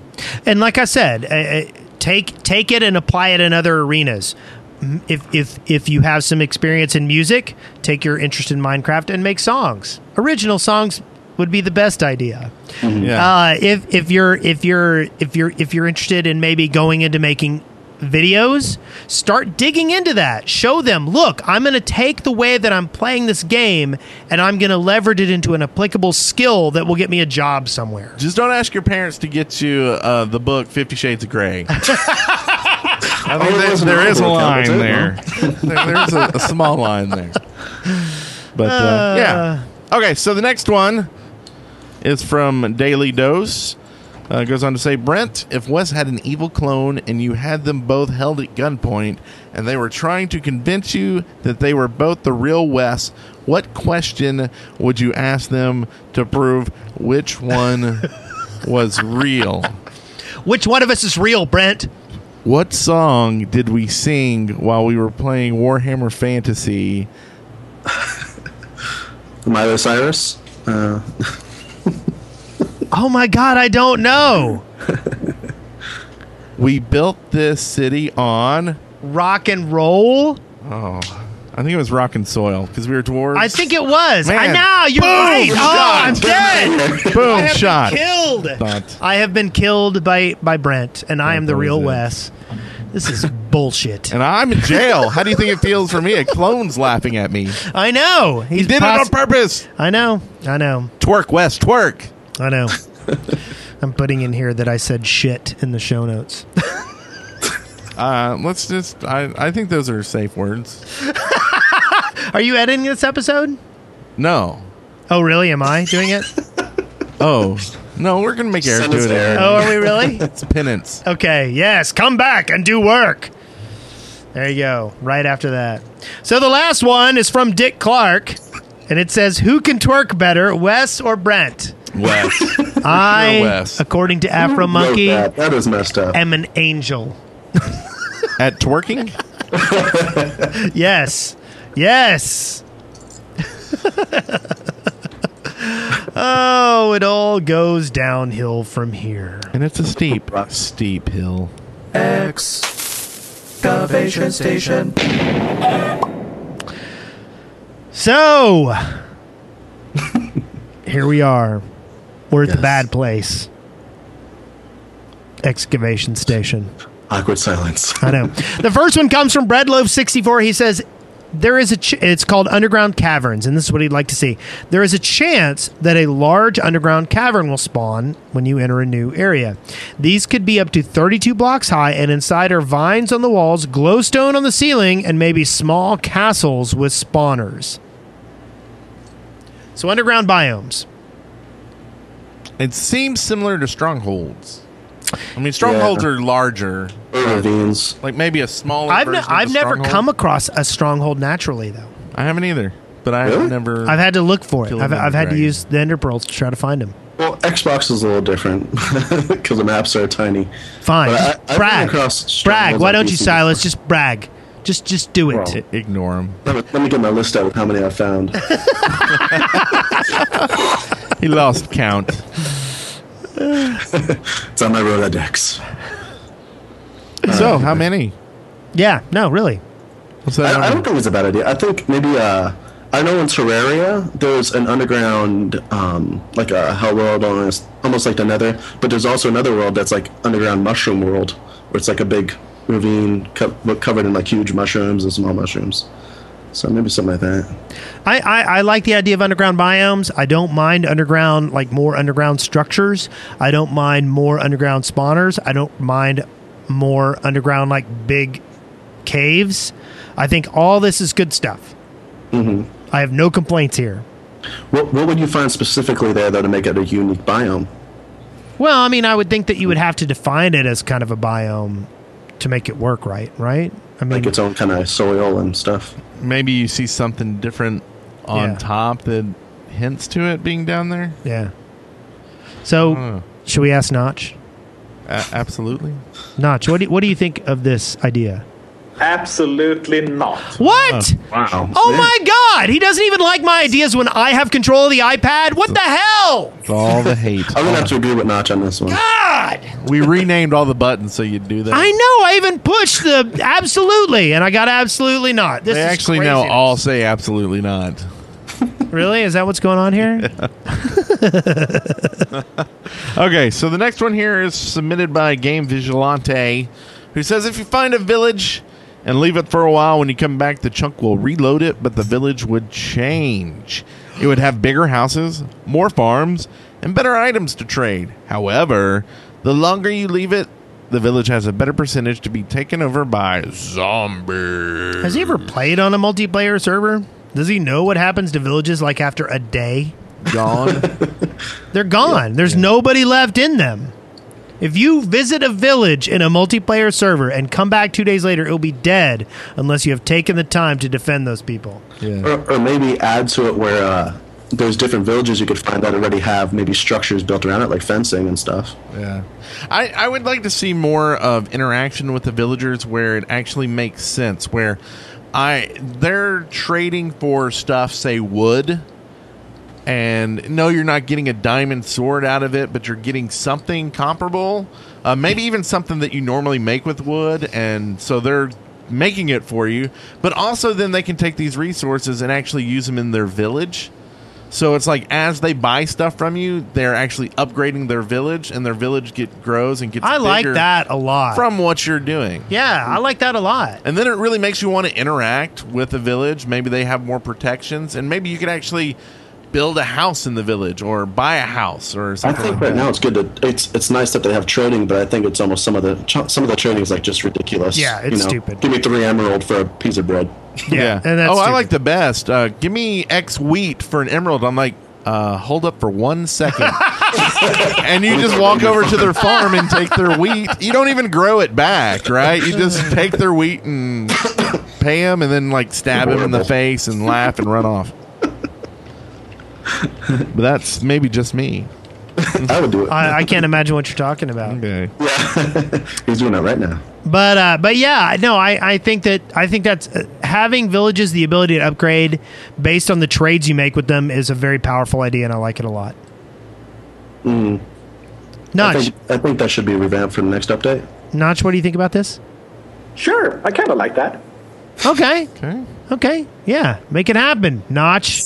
[SPEAKER 1] and like I said, uh, uh, take take it and apply it in other arenas. M- If if if you have some experience in music, take your interest in Minecraft and make songs. Original songs would be the best idea.
[SPEAKER 4] yeah,
[SPEAKER 1] Uh, if if you're if you're if you're if you're interested in maybe going into making videos, start digging into that. Show them, look, I'm going to take the way that I'm playing this game and I'm going to leverage it into an applicable skill that will get me a job somewhere.
[SPEAKER 4] just don't ask your parents to get you uh, the book Fifty Shades of Grey. I think
[SPEAKER 5] Oh,
[SPEAKER 4] there-
[SPEAKER 5] there's an
[SPEAKER 4] there is a
[SPEAKER 5] audible
[SPEAKER 4] line
[SPEAKER 5] too,
[SPEAKER 4] there. There- There's a, a small line there. But uh, yeah. Okay, so the next one is from Daily Dose. Uh, goes on to say, Brent, if Wes had an evil clone and you had them both held at gunpoint and they were trying to convince you that they were both the real Wes, what question would you ask them to prove which one was real?
[SPEAKER 1] Which one of us is real, Brent?
[SPEAKER 4] What song did we sing while we were playing Warhammer Fantasy?
[SPEAKER 5] Miley Cyrus? Uh,
[SPEAKER 1] Oh my god, I don't know.
[SPEAKER 4] We built this city on.
[SPEAKER 1] Rock and roll?
[SPEAKER 4] Oh, I think it was Rock and Soil because we were dwarves.
[SPEAKER 1] I think it was. I
[SPEAKER 4] Man.
[SPEAKER 1] know, you're
[SPEAKER 4] Boom,
[SPEAKER 1] right. Oh,
[SPEAKER 4] shot.
[SPEAKER 1] I'm dead. I
[SPEAKER 4] boom
[SPEAKER 1] have
[SPEAKER 4] shot.
[SPEAKER 1] been killed.
[SPEAKER 4] But
[SPEAKER 1] I have been killed by by Brent and I am the
[SPEAKER 4] that
[SPEAKER 1] real
[SPEAKER 4] was
[SPEAKER 1] Wes. This is bullshit.
[SPEAKER 4] and I'm in jail. How do you think it feels for me? A clone's laughing at me.
[SPEAKER 1] I know. He's
[SPEAKER 4] Did
[SPEAKER 1] poss-
[SPEAKER 4] it on purpose.
[SPEAKER 1] I know. I know.
[SPEAKER 4] Twerk, West, twerk.
[SPEAKER 1] I know. I'm putting in here that I said shit in the show notes.
[SPEAKER 4] Uh, let's just. I, I think those are safe words.
[SPEAKER 1] Are you editing this episode?
[SPEAKER 4] No.
[SPEAKER 1] Oh, really? Am I doing it?
[SPEAKER 4] Oh No, we're gonna make Eric
[SPEAKER 5] Send
[SPEAKER 4] do
[SPEAKER 5] us
[SPEAKER 4] it.
[SPEAKER 5] Eric.
[SPEAKER 4] Eric.
[SPEAKER 1] Oh, are we really?
[SPEAKER 4] It's penance.
[SPEAKER 1] Okay, yes, come back and do work. There you go, right after that. So the last one is from Dick Clark, and it says, Who can twerk better, Wes or Brent?
[SPEAKER 4] Wes.
[SPEAKER 1] I,
[SPEAKER 4] Wes.
[SPEAKER 1] according to Afro Monkey,
[SPEAKER 5] That. that is messed up.
[SPEAKER 1] am an angel.
[SPEAKER 4] At twerking?
[SPEAKER 1] Yes. Yes. oh, it all goes downhill from here.
[SPEAKER 4] And it's a steep, steep hill.
[SPEAKER 7] Excavation station.
[SPEAKER 1] So, here we are. We're at the
[SPEAKER 5] Yes.
[SPEAKER 1] bad place. Excavation station.
[SPEAKER 5] Awkward silence.
[SPEAKER 1] I know. the first one comes from Breadloaf64. He says, there is a ch- it's called underground caverns and this is what he'd like to see there is a chance that a large underground cavern will spawn when you enter a new area these could be up to 32 blocks high and inside are vines on the walls glowstone on the ceiling and maybe small castles with spawners so underground biomes
[SPEAKER 4] It seems similar to strongholds. I mean, strongholds
[SPEAKER 5] Yeah.
[SPEAKER 4] are larger.
[SPEAKER 5] Or ravines.
[SPEAKER 4] Like maybe a smaller.
[SPEAKER 1] i've, ne-
[SPEAKER 4] version of
[SPEAKER 1] I've
[SPEAKER 4] a
[SPEAKER 1] never
[SPEAKER 4] stronghold.
[SPEAKER 1] come across a stronghold naturally though
[SPEAKER 4] I haven't either. But I've
[SPEAKER 5] Really?
[SPEAKER 4] never.
[SPEAKER 1] i've had to look for it
[SPEAKER 4] Kill
[SPEAKER 1] i've,
[SPEAKER 4] another
[SPEAKER 1] I've had to
[SPEAKER 4] dragon.
[SPEAKER 1] use the ender pearls to try to find them
[SPEAKER 5] Well, Xbox is a little different because the maps are tiny.
[SPEAKER 1] Fine.
[SPEAKER 5] But I-
[SPEAKER 1] Just
[SPEAKER 5] I've been
[SPEAKER 1] brag.
[SPEAKER 5] across
[SPEAKER 1] Brag. Why
[SPEAKER 5] strongholds on
[SPEAKER 1] don't you,
[SPEAKER 5] PC
[SPEAKER 1] Silas? Just brag. Just just do it.
[SPEAKER 5] Well,
[SPEAKER 4] Ignore him.
[SPEAKER 5] Let me, let me get my list out of how many I found.
[SPEAKER 4] He lost count.
[SPEAKER 5] It's on my Rolodex.
[SPEAKER 4] so how many?
[SPEAKER 1] yeah. No, really.
[SPEAKER 4] What's that
[SPEAKER 5] I, I
[SPEAKER 4] number?
[SPEAKER 5] don't think it's a bad idea. I think maybe uh, I know in Terraria there's an underground, um, like a hell world, almost, almost like the Nether. But there's also another world that's like underground mushroom world, where it's like a big ravine co- but covered in like huge mushrooms and small mushrooms. So maybe something like that.
[SPEAKER 1] I, I, I like the idea of underground biomes. I don't mind underground, like more underground structures. I don't mind more underground spawners. I don't mind more underground, like big caves. I think all this is good stuff.
[SPEAKER 5] Mm-hmm.
[SPEAKER 1] I have no complaints here.
[SPEAKER 5] What, what would you find specifically there though to make it a unique biome?
[SPEAKER 1] Well, I mean, I would think that you would have to define it as kind of a biome to make it work right, right? I mean,
[SPEAKER 5] Like its own kind of soil and stuff.
[SPEAKER 4] Maybe you see something different on
[SPEAKER 1] Yeah.
[SPEAKER 4] top that hints to it being down there.
[SPEAKER 1] Yeah. So,
[SPEAKER 4] Oh.
[SPEAKER 1] should we ask Notch?
[SPEAKER 4] A- absolutely.
[SPEAKER 1] Notch, what do, what do you think of this idea?
[SPEAKER 8] Absolutely not.
[SPEAKER 1] What?
[SPEAKER 5] Wow.
[SPEAKER 1] Oh my God! He doesn't even like my ideas when I have control of the iPad. What the hell?
[SPEAKER 4] It's all the hate.
[SPEAKER 5] I'm gonna have to agree with Notch on this one.
[SPEAKER 1] God!
[SPEAKER 4] we renamed all the buttons so you'd do that.
[SPEAKER 1] I know. I even pushed the absolutely, and I got absolutely not. This
[SPEAKER 4] They
[SPEAKER 1] is
[SPEAKER 4] actually now
[SPEAKER 1] craziness.
[SPEAKER 4] all say absolutely not.
[SPEAKER 1] Really? Is that what's going on here?
[SPEAKER 4] Okay, so the next one here is submitted by Game Vigilante, who says if you find a village and leave it for a while, when you come back, the chunk will reload it, but the village would change. It would have bigger houses, more farms, and better items to trade. However, the longer you leave it, the village has a better percentage to be taken over by zombies.
[SPEAKER 1] Has he ever played on a multiplayer server? Does he know what happens to villages like after a day?
[SPEAKER 4] Gone.
[SPEAKER 1] They're gone. There's nobody left in them. If you visit a village in a multiplayer server and come back two days later, it'll be dead unless you have taken the time to defend those people.
[SPEAKER 5] Or, or maybe add to it where uh, there's different villages you could find that already have maybe structures built around it, like fencing and stuff.
[SPEAKER 4] Yeah. I, I would like to see more of interaction with the villagers where it actually makes sense where I they're trading for stuff say wood and no you're not getting a diamond sword out of it but you're getting something comparable uh, maybe even something that you normally make with wood and so they're making it for you but also then they can take these resources and actually use them in their village so it's like as they buy stuff from you, they're actually upgrading their village, and their village get grows and gets.
[SPEAKER 1] I like
[SPEAKER 4] bigger
[SPEAKER 1] that a lot.
[SPEAKER 4] from what you're doing.
[SPEAKER 1] yeah, I like that a lot.
[SPEAKER 4] And then it really makes you want to interact with the village. Maybe they have more protections, and maybe you could actually build a house in the village or buy a house or
[SPEAKER 5] I
[SPEAKER 4] something.
[SPEAKER 5] think
[SPEAKER 4] like
[SPEAKER 5] right now it's good to it's it's nice that they have trading, but I think it's almost some of the ch- some of the trading is like just ridiculous.
[SPEAKER 1] Yeah, it's stupid.
[SPEAKER 5] Give me three emerald for a piece of bread.
[SPEAKER 4] that. yeah.
[SPEAKER 1] and that's
[SPEAKER 4] oh, I
[SPEAKER 1] stupid.
[SPEAKER 4] like the best. Uh, give me X wheat for an emerald. I'm like, uh, hold up for one second. and you just walk over to their farm and take their wheat. You don't even grow it back, right? You just take their wheat and pay them, and then like stab him in the face and laugh and run off. But that's maybe just me.
[SPEAKER 5] I would do it.
[SPEAKER 1] I, I can't imagine what you're talking about.
[SPEAKER 4] Okay.
[SPEAKER 5] He's doing that right now.
[SPEAKER 1] But uh, but yeah, no, I, I think that I think that's uh, having villages the ability to upgrade based on the trades you make with them is a very powerful idea, and I like it a lot.
[SPEAKER 5] I
[SPEAKER 1] Notch,
[SPEAKER 5] think, I think that should be revamped for the next update.
[SPEAKER 1] Notch, what do you think about this?
[SPEAKER 8] Sure, I kind of like that.
[SPEAKER 1] Okay,
[SPEAKER 4] Okay.
[SPEAKER 1] okay, yeah, make it happen, Notch.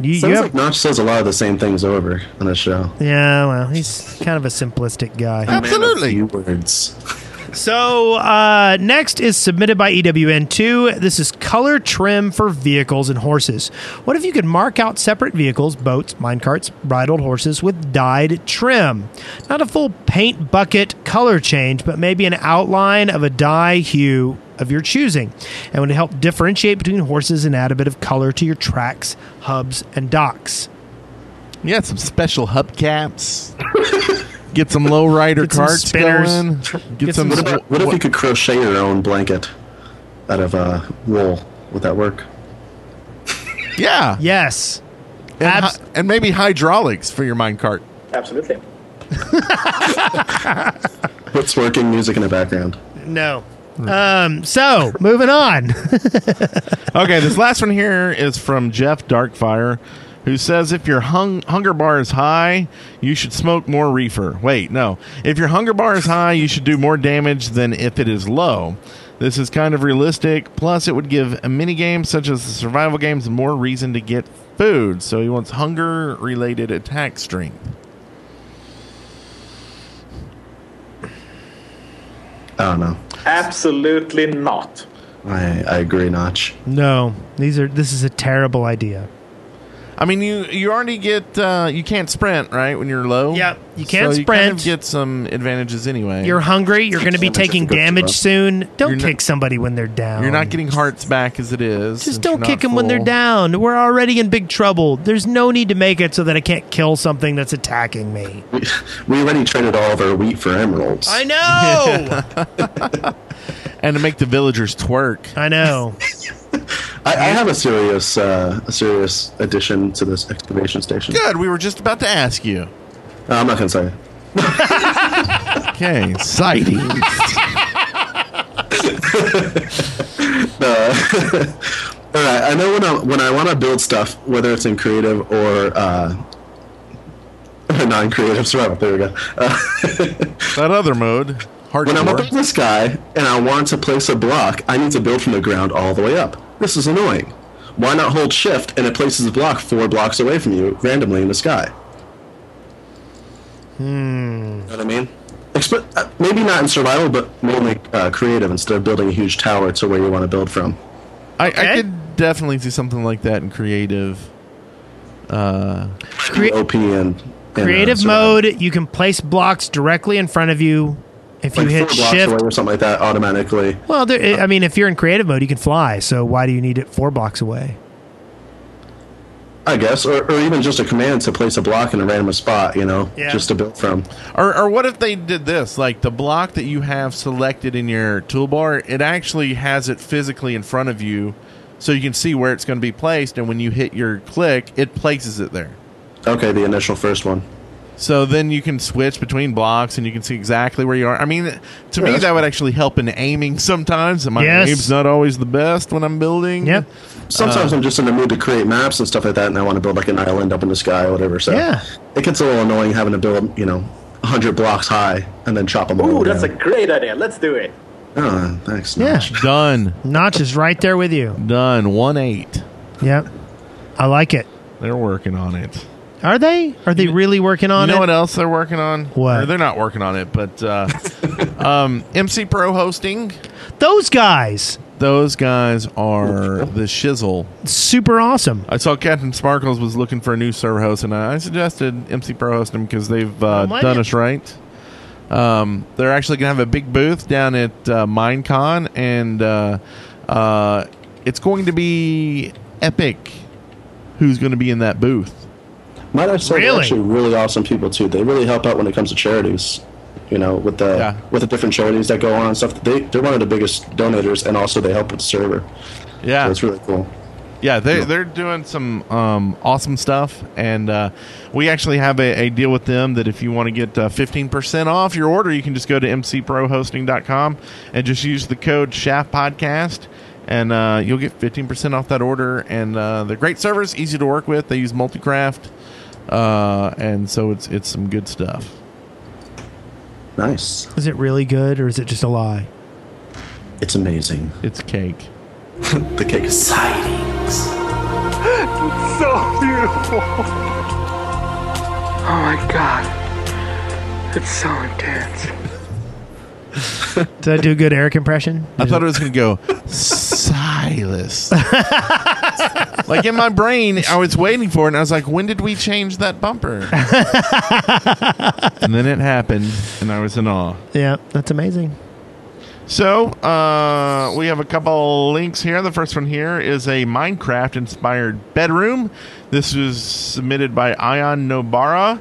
[SPEAKER 1] You, you
[SPEAKER 5] Sounds
[SPEAKER 1] have-
[SPEAKER 5] like Notch says a lot of the same things over on his show.
[SPEAKER 1] yeah, well, he's kind of a simplistic guy.
[SPEAKER 4] Absolutely.
[SPEAKER 5] Few words.
[SPEAKER 1] So uh, next is submitted by E EWN2. This is color trim for vehicles and horses. What if you could mark out separate vehicles, boats, minecarts, bridled horses with dyed trim? Not a full paint bucket color change, but maybe an outline of a dye hue of your choosing and would help differentiate between horses and add a bit of color to your tracks, hubs, and docks.
[SPEAKER 4] Yeah, some special hubcaps. Get some low rider
[SPEAKER 1] Get some
[SPEAKER 4] carts
[SPEAKER 1] spinners.
[SPEAKER 4] going. Get,
[SPEAKER 1] Get
[SPEAKER 4] some.
[SPEAKER 1] some-
[SPEAKER 5] What about- what if you could crochet your own blanket out of uh, wool? Would that work?
[SPEAKER 4] yeah.
[SPEAKER 1] Yes.
[SPEAKER 4] And,
[SPEAKER 1] abs-
[SPEAKER 4] hy- and maybe hydraulics for your mine cart.
[SPEAKER 8] Absolutely.
[SPEAKER 5] What's working? Music in the background.
[SPEAKER 1] No. Um, so moving on.
[SPEAKER 4] Okay, this last one here is from Jeff Darkfire, who says if your hung- hunger bar is high, you should smoke more reefer. Wait, no. If your hunger bar is high, you should do more damage than if it is low. This is kind of realistic. Plus, it would give a mini games such as the survival games more reason to get food. So he wants hunger related attack strength.
[SPEAKER 5] I don't know.
[SPEAKER 8] Absolutely not.
[SPEAKER 5] I, I agree, Notch.
[SPEAKER 1] No, these are. This is a terrible idea.
[SPEAKER 4] I mean, you you already get uh, you can't sprint right when you're low.
[SPEAKER 1] Yep, you can't
[SPEAKER 4] So you kind of
[SPEAKER 1] sprint.
[SPEAKER 4] get some advantages anyway.
[SPEAKER 1] You're hungry. You're going to be
[SPEAKER 5] Damage is
[SPEAKER 1] taking
[SPEAKER 5] a good
[SPEAKER 1] damage
[SPEAKER 5] job.
[SPEAKER 1] soon. Don't
[SPEAKER 4] You're not-
[SPEAKER 1] kick somebody when they're down.
[SPEAKER 4] You're not getting hearts back as it is.
[SPEAKER 1] Just
[SPEAKER 4] since
[SPEAKER 1] don't
[SPEAKER 4] you're
[SPEAKER 1] kick
[SPEAKER 4] not
[SPEAKER 1] them when they're
[SPEAKER 4] full.
[SPEAKER 1] down. We're already in big trouble. There's no need to make it so that I can't kill something that's attacking me.
[SPEAKER 5] We, we already traded all of our wheat for emeralds.
[SPEAKER 1] I know.
[SPEAKER 4] And to make the villagers twerk.
[SPEAKER 1] I know.
[SPEAKER 5] I, I have a serious uh, a serious addition to this excavation station.
[SPEAKER 4] Good. We were just about to ask you.
[SPEAKER 5] No, I'm not gonna say. it.
[SPEAKER 4] Okay, sightings.
[SPEAKER 5] All right. I know when I when I want to build stuff, whether it's in creative or uh, non-creative survival. There we go. Uh,
[SPEAKER 4] that other mode,
[SPEAKER 5] When I'm up
[SPEAKER 4] hardcore.
[SPEAKER 5] in the sky and I want to place a block, I need to build from the ground all the way up. This is annoying. Why not hold shift and it places a block four blocks away from you randomly in the sky? Hmm. Know what I mean? Expe- uh, maybe not in survival, but mainly uh, creative instead of building a huge tower to where you want to build from.
[SPEAKER 4] I, I
[SPEAKER 1] Okay.
[SPEAKER 4] could definitely see something like that in creative.
[SPEAKER 1] Cre-
[SPEAKER 5] OP and. and, uh,
[SPEAKER 1] creative
[SPEAKER 5] survival.
[SPEAKER 1] mode. You can place blocks directly in front of you. If you
[SPEAKER 5] Like
[SPEAKER 1] hit
[SPEAKER 5] four blocks
[SPEAKER 1] shift,
[SPEAKER 5] away or something like that automatically.
[SPEAKER 1] well, there, I mean, if you're in creative mode, you can fly. So why do you need it four blocks away?
[SPEAKER 5] I guess, or, or even just a command to place a block in a random spot, you know,
[SPEAKER 1] Yeah.
[SPEAKER 5] just to build from.
[SPEAKER 4] Or, or what if they did this? Like the block that you have selected in your toolbar, it actually has it physically in front of you, so you can see where it's going to be placed. And when you hit your click, it places it there.
[SPEAKER 5] Okay, the initial first one.
[SPEAKER 4] So then you can switch between blocks and you can see exactly where you are. I mean, to me,
[SPEAKER 5] that's
[SPEAKER 4] that would actually help in aiming sometimes. and My
[SPEAKER 1] Yes.
[SPEAKER 4] aim's not always the best when I'm building.
[SPEAKER 1] Yep.
[SPEAKER 5] Sometimes I'm just in the mood to create maps and stuff like that, and I want to build like an island up in the sky or whatever. So
[SPEAKER 1] Yeah.
[SPEAKER 5] it gets a little annoying having to build, you know, 100 blocks high and then chop them all
[SPEAKER 8] Ooh, that's a
[SPEAKER 5] down.
[SPEAKER 8] great idea. Let's do it.
[SPEAKER 5] Oh, thanks.
[SPEAKER 1] Yeah.
[SPEAKER 5] Notch.
[SPEAKER 4] Done.
[SPEAKER 1] Notch is right there with you.
[SPEAKER 4] Done. One eight.
[SPEAKER 1] Yep. I like it.
[SPEAKER 4] They're working on it.
[SPEAKER 1] Are they? Are they really working on
[SPEAKER 4] you know
[SPEAKER 1] it?
[SPEAKER 4] what else they're working on?
[SPEAKER 1] What?
[SPEAKER 4] Or they're not working on it, but uh, um, MC Pro hosting.
[SPEAKER 1] Those guys,
[SPEAKER 4] Those guys are the shizzle.
[SPEAKER 1] super awesome.
[SPEAKER 4] I saw Captain Sparkles was looking for a new server host, and I suggested MC Pro host them because they've uh,
[SPEAKER 1] Oh, might
[SPEAKER 4] done
[SPEAKER 1] it-
[SPEAKER 4] us right. Um, they're actually going to have a big booth down at uh, MineCon, and uh, uh, it's going to be epic. Who's going to be in that booth?
[SPEAKER 5] Might I say,
[SPEAKER 1] Really?
[SPEAKER 5] they're actually really awesome people too. They really help out when it comes to charities. You know, with the
[SPEAKER 4] Yeah.
[SPEAKER 5] with the different charities that go on and stuff. They they're one of the biggest donators, and also they help with the server.
[SPEAKER 4] Yeah,
[SPEAKER 5] So it's really cool.
[SPEAKER 4] Yeah, they they're doing some um, awesome stuff, and uh, we actually have a, a deal with them that if you want to get uh, fifteen percent off your order, you can just go to mcprohosting.com and just use the code Shaft Podcast, and uh, you'll get fifteen percent off that order. And uh, they're great servers, easy to work with. They use Multicraft, uh, and so it's it's some good stuff.
[SPEAKER 5] Nice.
[SPEAKER 1] Is it really good or is it just a lie?
[SPEAKER 5] It's amazing.
[SPEAKER 4] It's cake.
[SPEAKER 5] The cake is
[SPEAKER 6] So beautiful. Oh my god. It's so intense.
[SPEAKER 1] Did I do a good Eric impression?
[SPEAKER 4] I thought it was going to go Silas. like in my brain, I was waiting for it, and I was like, "When did we change that bumper?" and then it happened, and I was in awe.
[SPEAKER 1] Yeah, that's amazing.
[SPEAKER 4] So uh, we have a couple links here. The first one here is a Minecraft-inspired bedroom. This was submitted by Ion Nobara.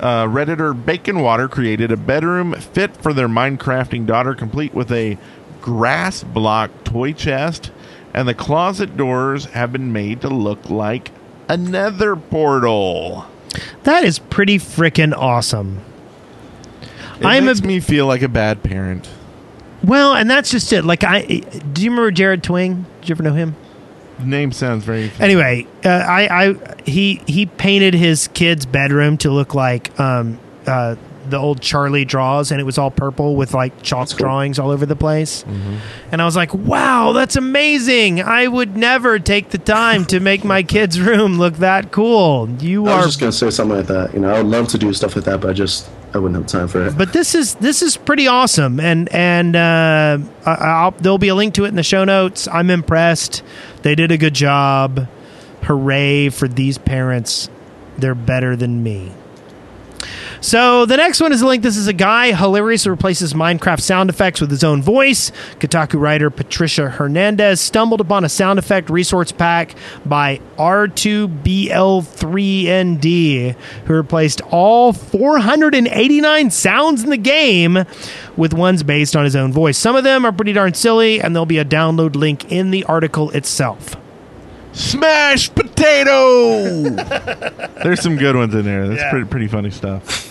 [SPEAKER 4] Uh, Redditor Baconwater created a bedroom fit for their Minecrafting daughter, complete with a grass block toy chest, and the closet doors have been made to look like another portal.
[SPEAKER 1] That is pretty freaking awesome.
[SPEAKER 4] It
[SPEAKER 1] I'm
[SPEAKER 4] makes
[SPEAKER 1] a-
[SPEAKER 4] me feel like a bad parent.
[SPEAKER 1] Well, and that's just it. Like I do you remember Jared Twing? Did you ever know him?
[SPEAKER 4] Name sounds very.
[SPEAKER 1] Anyway, uh, I, I he he painted his kid's bedroom to look like um, uh, the old Charlie draws, and it was all purple with like chalk drawings all over the place.
[SPEAKER 5] Mm-hmm.
[SPEAKER 1] And I was like, "Wow, that's amazing! I would never take the time to make my kid's room look that cool." You
[SPEAKER 5] I was
[SPEAKER 1] are
[SPEAKER 5] just gonna say something like that. You know, I would love to do stuff like that, but I just I wouldn't have time for it.
[SPEAKER 1] but this is this is pretty awesome and and uh, I- I'll, there'll be a link to it in the show notes i'm impressed they did a good job hooray for these parents they're better than me so the next one is a link. This is a guy hilariously replaces Minecraft sound effects with his own voice. Kotaku writer Patricia Hernandez stumbled upon a sound effect resource pack by R2BL3ND, who replaced all 489 sounds in the game with ones based on his own voice. Some of them are pretty darn silly, and there'll be a download link in the article itself.
[SPEAKER 4] Smash potato. There's some good ones in there. That's pretty pretty funny stuff.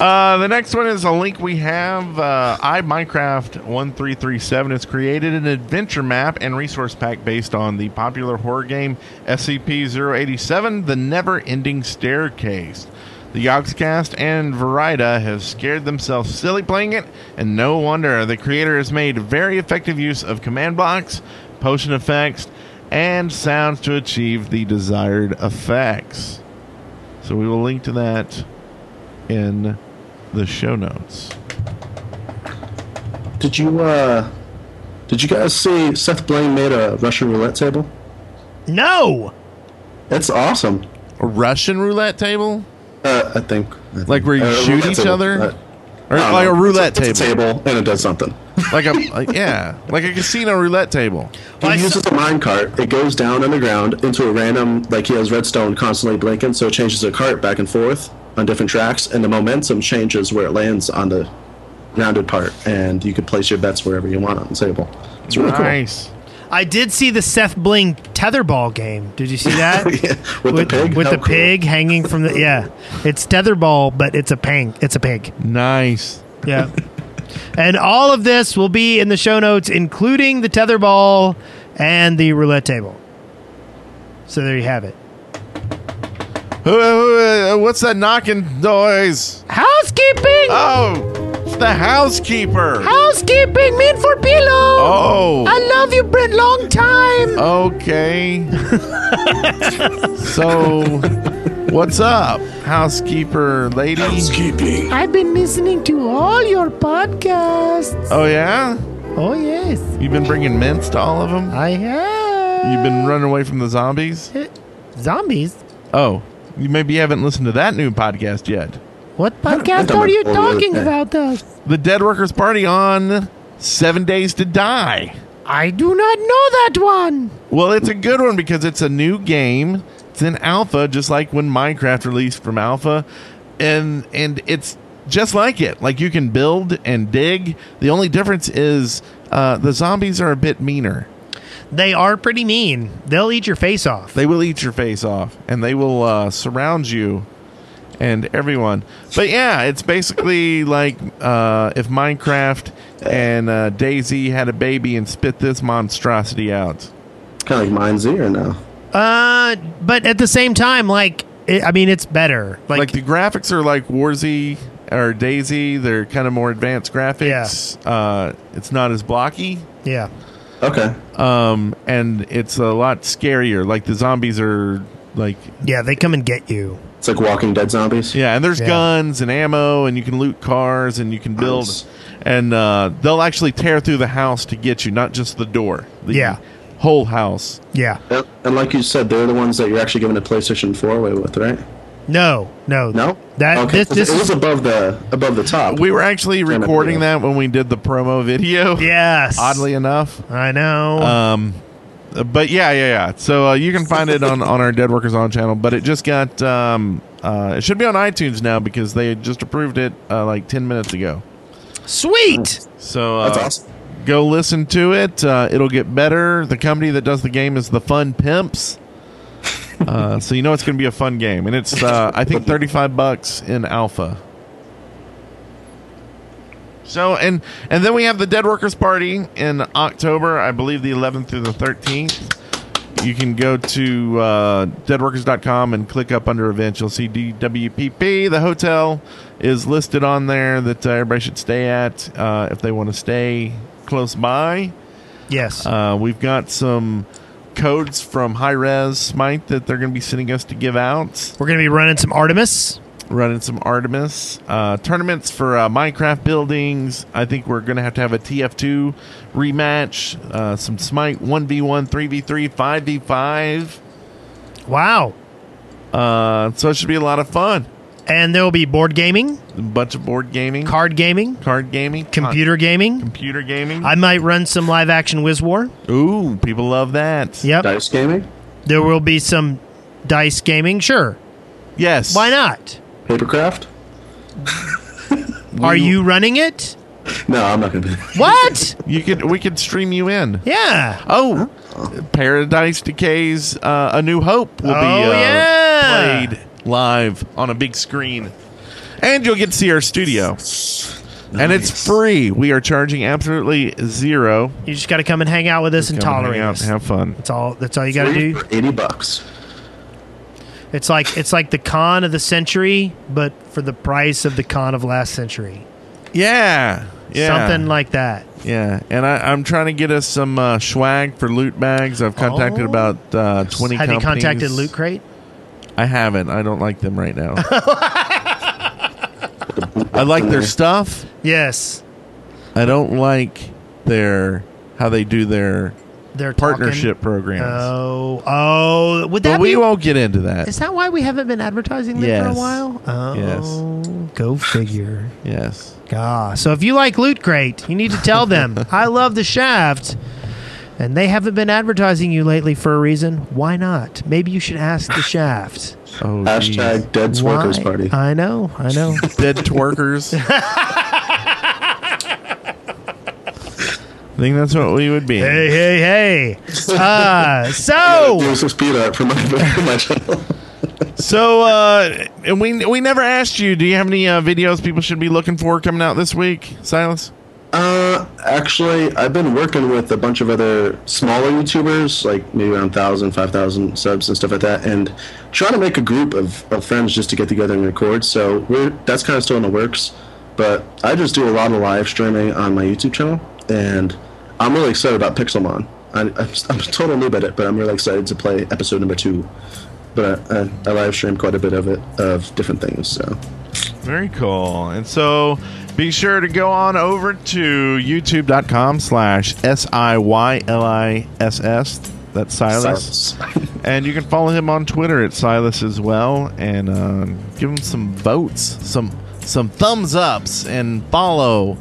[SPEAKER 4] Uh, the next one is a link we have. Uh, I Minecraft one three three seven has created an adventure map and resource pack based on the popular horror game SCP 087: The Never Ending Staircase. The Yogscast and Verida have scared themselves silly playing it, and no wonder. The creator has made very effective use of command blocks, potion effects, and sounds to achieve the desired effects. So we will link to that in the show notes.
[SPEAKER 5] Did you uh did you guys see Seth Blaine made a Russian roulette table?
[SPEAKER 1] No,
[SPEAKER 5] That's awesome.
[SPEAKER 4] A Russian roulette table?
[SPEAKER 5] Uh, I think.
[SPEAKER 4] Like where you
[SPEAKER 5] Uh,
[SPEAKER 4] shoot
[SPEAKER 5] roulette
[SPEAKER 4] each
[SPEAKER 5] table.
[SPEAKER 4] other?
[SPEAKER 5] Uh,
[SPEAKER 4] or
[SPEAKER 5] I don't
[SPEAKER 4] like
[SPEAKER 5] know.
[SPEAKER 4] a roulette
[SPEAKER 5] It's a-
[SPEAKER 4] table.
[SPEAKER 5] it's a table and it does something.
[SPEAKER 4] Like a like, yeah, like a casino roulette table.
[SPEAKER 5] He uses a mine cart. It goes down underground into a random, like he has redstone constantly blinking, so it changes the cart back and forth on different tracks, and the momentum changes where it lands on the rounded part, and you can place your bets wherever you want on the table. It's really
[SPEAKER 4] Nice.
[SPEAKER 1] I did see the Seth Bling tetherball game. Did you see that?
[SPEAKER 5] cool. Yeah, with, the pig.
[SPEAKER 1] with
[SPEAKER 5] How
[SPEAKER 1] the
[SPEAKER 5] cool.
[SPEAKER 1] pig hanging from the yeah it's tetherball but it's a pang it's a pig
[SPEAKER 4] Nice.
[SPEAKER 1] yeah and all of this will be in the show notes including the tetherball and the roulette table so there you have it
[SPEAKER 4] Who- who- uh, What's that knocking noise?
[SPEAKER 1] housekeeping
[SPEAKER 4] Oh, it's the housekeeper.
[SPEAKER 1] housekeeping mean for pillow i
[SPEAKER 4] Oh,
[SPEAKER 1] love you brent long time
[SPEAKER 4] okay. so, what's up, housekeeper lady?
[SPEAKER 1] i've been listening to all your podcasts
[SPEAKER 4] Oh yeah,
[SPEAKER 1] oh yes
[SPEAKER 4] you've been bringing mints to all of them.
[SPEAKER 1] i have
[SPEAKER 4] You've been running away from the zombies.
[SPEAKER 1] zombies
[SPEAKER 4] Oh, you maybe haven't listened to that new podcast yet.
[SPEAKER 1] what
[SPEAKER 5] podcast
[SPEAKER 1] podcast
[SPEAKER 5] are
[SPEAKER 1] are you
[SPEAKER 5] you
[SPEAKER 1] talking about us
[SPEAKER 4] The Dead Workers Party on Seven Days to Die.
[SPEAKER 1] I do not know that one.
[SPEAKER 4] Well, it's a good one because it's a new game. it's in alpha, just like when Minecraft released from alpha, and and it's just like it. Like you can build and dig. The only difference is uh, the zombies are a bit meaner.
[SPEAKER 1] They are pretty mean. They'll eat your face off.
[SPEAKER 4] They will eat your face off, and they will uh, surround you and everyone. But yeah, it's basically like uh, if Minecraft and uh, Daisy had a baby and spit this monstrosity out.
[SPEAKER 5] Kind of like Mine Zero now.
[SPEAKER 1] Uh, but at the same time, like it, I mean, it's better. Like,
[SPEAKER 4] Like the graphics are like Warzy or Daisy. They're kind of more advanced graphics. Uh, it's not as blocky.
[SPEAKER 1] yeah,
[SPEAKER 5] Okay.
[SPEAKER 4] Um, and it's a lot scarier. Like the zombies are like
[SPEAKER 1] yeah, they come and get you.
[SPEAKER 5] It's like Walking Dead zombies.
[SPEAKER 4] Yeah, and there's
[SPEAKER 1] Yeah.
[SPEAKER 4] guns and ammo, and you can loot cars, and you can build,
[SPEAKER 5] Nice.
[SPEAKER 4] and uh, they'll actually tear through the house to get you, not just the door. The
[SPEAKER 1] Yeah.
[SPEAKER 4] whole house.
[SPEAKER 1] Yeah.
[SPEAKER 5] And, and like you said, they're the ones that you're actually giving a PlayStation 4 away with, right?
[SPEAKER 1] No, no,
[SPEAKER 5] No.
[SPEAKER 1] That
[SPEAKER 5] okay.
[SPEAKER 1] this this
[SPEAKER 5] it
[SPEAKER 1] is
[SPEAKER 5] was above the above the top.
[SPEAKER 4] We were actually
[SPEAKER 5] Kinda
[SPEAKER 4] recording
[SPEAKER 5] cool.
[SPEAKER 4] that when we did the promo video.
[SPEAKER 1] yes.
[SPEAKER 4] Oddly enough,
[SPEAKER 1] I know.
[SPEAKER 4] um, but yeah, yeah, yeah. So uh, you can find it on on our Dead Workers On channel, but it just got um, uh, it should be on iTunes now because they just approved it uh, like ten minutes ago.
[SPEAKER 1] Sweet.
[SPEAKER 4] So uh,
[SPEAKER 5] That's awesome.
[SPEAKER 4] go listen to it. Uh, it'll get better. The company that does the game is the Fun Pimps. Uh, so you know it's going to be a fun game, and it's uh, I think thirty five bucks in alpha. So and and then we have the Dead Workers Party in October, I believe the eleventh through the thirteenth. You can go to uh, deadworkers.com and click up under events. You'll see DWPP. The hotel is listed on there that uh, everybody should stay at uh, if they want to stay close by.
[SPEAKER 1] yes.
[SPEAKER 4] Uh, we've got some codes from High Res Smite that they're going to be sending us to give out.
[SPEAKER 1] We're gonna be running some Artemis.
[SPEAKER 4] Running some Artemis uh, tournaments for uh, Minecraft buildings. I think we're going to have to have a TF2 rematch, uh, some Smite 1v1, 3v3, 5v5.
[SPEAKER 1] Wow.
[SPEAKER 4] Uh, so it should be a lot of fun.
[SPEAKER 1] And there will be board gaming,
[SPEAKER 4] A bunch of board gaming,
[SPEAKER 1] card gaming,
[SPEAKER 4] card gaming,
[SPEAKER 1] computer gaming.
[SPEAKER 4] con- computer gaming.
[SPEAKER 1] I might run some live action Wiz War.
[SPEAKER 4] Ooh, people love that.
[SPEAKER 1] Yep.
[SPEAKER 5] Dice gaming,
[SPEAKER 1] There will be some dice gaming. Sure.
[SPEAKER 4] Yes.
[SPEAKER 1] Why not?
[SPEAKER 5] papercraft.
[SPEAKER 1] Are you running it?
[SPEAKER 5] No, I'm not going to be.
[SPEAKER 1] What?
[SPEAKER 4] You could. We could stream you in.
[SPEAKER 1] yeah.
[SPEAKER 4] Oh, Paradise Decays: uh, A New Hope will be
[SPEAKER 1] Oh,
[SPEAKER 4] uh,
[SPEAKER 1] yeah.
[SPEAKER 4] played live on a big screen, and you'll get to see our studio. And it's free. We are charging absolutely zero.
[SPEAKER 1] You just got to come and hang out with us and
[SPEAKER 4] Come hang
[SPEAKER 1] tolerate
[SPEAKER 4] out
[SPEAKER 1] us.
[SPEAKER 4] and have fun.
[SPEAKER 1] That's all. That's all you got to do.
[SPEAKER 5] Eighty bucks.
[SPEAKER 1] It's like it's like the con of the century, but for the price of the con of last century.
[SPEAKER 4] Yeah, yeah,
[SPEAKER 1] Something like that.
[SPEAKER 4] Yeah, and I, I'm trying to get us some uh, swag for loot bags. I've contacted
[SPEAKER 1] Oh.
[SPEAKER 4] about uh, 20
[SPEAKER 1] Have you
[SPEAKER 4] companies.
[SPEAKER 1] contacted Loot Crate?
[SPEAKER 4] I haven't. I don't like them right now. I like their stuff.
[SPEAKER 1] Yes.
[SPEAKER 4] I don't like their how they do their
[SPEAKER 1] They're talking-
[SPEAKER 4] partnership programs.
[SPEAKER 1] Oh, oh, would that
[SPEAKER 4] but we
[SPEAKER 1] be?
[SPEAKER 4] won't get into that.
[SPEAKER 1] Is that why we haven't been advertising them for a
[SPEAKER 4] Yes.
[SPEAKER 1] while?
[SPEAKER 4] Yes.
[SPEAKER 1] Oh, go figure.
[SPEAKER 4] Yes.
[SPEAKER 1] Ah, so if you like Loot Crate, you need to tell them I love the Shaft, and they haven't been advertising you lately for a reason. Why not? Maybe you should ask the Shaft.
[SPEAKER 4] Oh,
[SPEAKER 5] Hashtag
[SPEAKER 4] geez.
[SPEAKER 5] Dead Swerkers
[SPEAKER 1] Why?
[SPEAKER 5] Party.
[SPEAKER 1] I know, I know.
[SPEAKER 4] dead twerkers. I think that's what we would be.
[SPEAKER 1] hey, hey, hey. Uh, so
[SPEAKER 5] There's a speed art for my, for my channel.
[SPEAKER 4] So, uh, and we we never asked you. Do you have any uh, videos people should be looking for coming out this week, Silas?
[SPEAKER 5] Uh, actually, I've been working with a bunch of other smaller YouTubers, like maybe around 1,000, 5,000 subs and stuff like that, and trying to make a group of, of friends just to get together and record. So we're that's kind of still in the works, but I just do a lot of live streaming on my YouTube channel, and I'm really excited about Pixelmon. I, I'm, I'm a total noob at it, but I'm really excited to play episode number two. But I, I, I live stream quite a bit of it of different things. So
[SPEAKER 4] Very cool. And so, be sure to go on over to YouTube.com/slash s i y l i s s. That's Silas. And you can follow him on Twitter at Silas as well, and uh, give him some votes, some some thumbs ups, and follow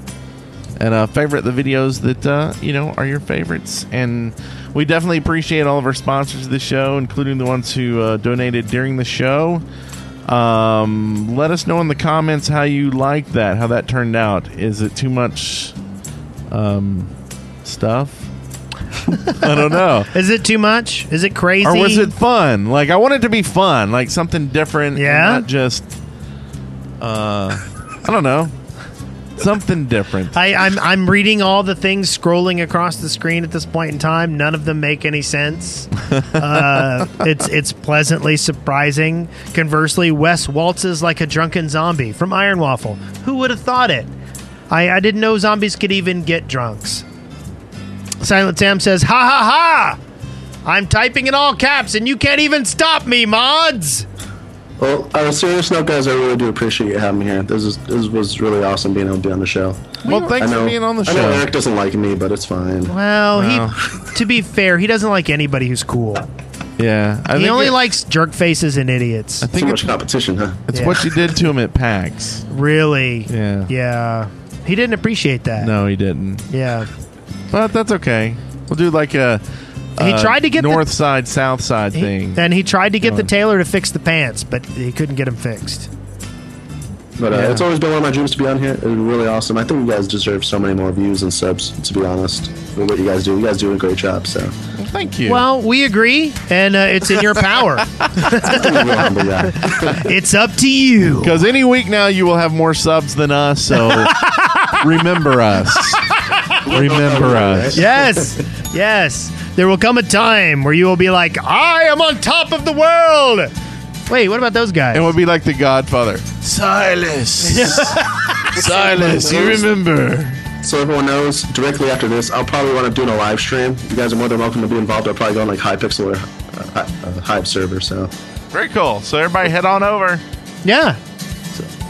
[SPEAKER 4] and uh, favorite the videos that uh, you know are your favorites. And we definitely appreciate all of our sponsors of the show, including the ones who uh, donated during the show. Um, let us know in the comments how you liked that, how that turned out. Is it too much um, stuff? I don't know.
[SPEAKER 1] Is it too much? Is it crazy?
[SPEAKER 4] Or was it fun? Like I want it to be fun, like something different. and
[SPEAKER 1] Yeah?
[SPEAKER 4] not just. Uh, I don't know. Something different.
[SPEAKER 1] I, I'm I'm reading all the things scrolling across the screen at this point in time. None of them make any sense. Uh, it's it's pleasantly surprising. Conversely, Wes waltzes like a drunken zombie from Iron Waffle. Who would have thought it? I, I didn't know zombies could even get drunks. Silent Sam says, "Ha ha ha! I'm typing in all caps, and you can't even stop me, mods."
[SPEAKER 5] Well, on a serious note, guys, I really do appreciate you having me here. This is this was really awesome being able to be on the show.
[SPEAKER 4] well,
[SPEAKER 5] I
[SPEAKER 4] thanks
[SPEAKER 5] know,
[SPEAKER 4] for being on the
[SPEAKER 5] I know
[SPEAKER 4] show.
[SPEAKER 5] Eric doesn't like me, but it's fine.
[SPEAKER 1] Well,
[SPEAKER 4] Wow.
[SPEAKER 1] he to be fair, he doesn't like anybody who's cool.
[SPEAKER 4] Yeah, I
[SPEAKER 1] He
[SPEAKER 4] think
[SPEAKER 1] only
[SPEAKER 4] it-
[SPEAKER 1] likes jerk faces and idiots.
[SPEAKER 4] I
[SPEAKER 5] Too
[SPEAKER 4] think
[SPEAKER 5] much
[SPEAKER 4] it's,
[SPEAKER 5] competition, huh?
[SPEAKER 4] it's
[SPEAKER 1] Yeah.
[SPEAKER 4] what you did to him at PAX.
[SPEAKER 1] Really?
[SPEAKER 4] Yeah.
[SPEAKER 1] Yeah. He didn't appreciate that.
[SPEAKER 4] No, he didn't.
[SPEAKER 1] Yeah.
[SPEAKER 4] But that's okay. We'll do like a.
[SPEAKER 1] He
[SPEAKER 4] a
[SPEAKER 1] tried to get the-
[SPEAKER 4] Uh, north side, south side
[SPEAKER 1] He-
[SPEAKER 4] thing.
[SPEAKER 1] and he tried to get the
[SPEAKER 4] Going.
[SPEAKER 1] tailor to fix the pants, but he couldn't get them fixed.
[SPEAKER 5] But uh,
[SPEAKER 4] Yeah.
[SPEAKER 5] it's always been one of my dreams to be on here. It was really awesome. I think you guys deserve so many more views and subs. To be honest, with what you guys do, you guys do a great job. So,
[SPEAKER 4] Thank you.
[SPEAKER 1] Well, we agree, and uh, it's in your power.
[SPEAKER 5] I'm real humble guy.
[SPEAKER 1] it's up to you.
[SPEAKER 4] because any week now you will have more subs than us, so remember us. Remember us.
[SPEAKER 1] Yes. Yes. There will come a time where you will be like, I am on top of the world. Wait, what about those guys?
[SPEAKER 4] It would be like the Godfather. Silas. Silas, you remember.
[SPEAKER 5] So everyone knows, directly after this, I'll probably want to do a live stream. You guys are more than welcome to be involved. I'll probably go on like Hypixel or uh, Hy- uh, Hive server. So
[SPEAKER 4] Very cool. So everybody head on over.
[SPEAKER 1] yeah.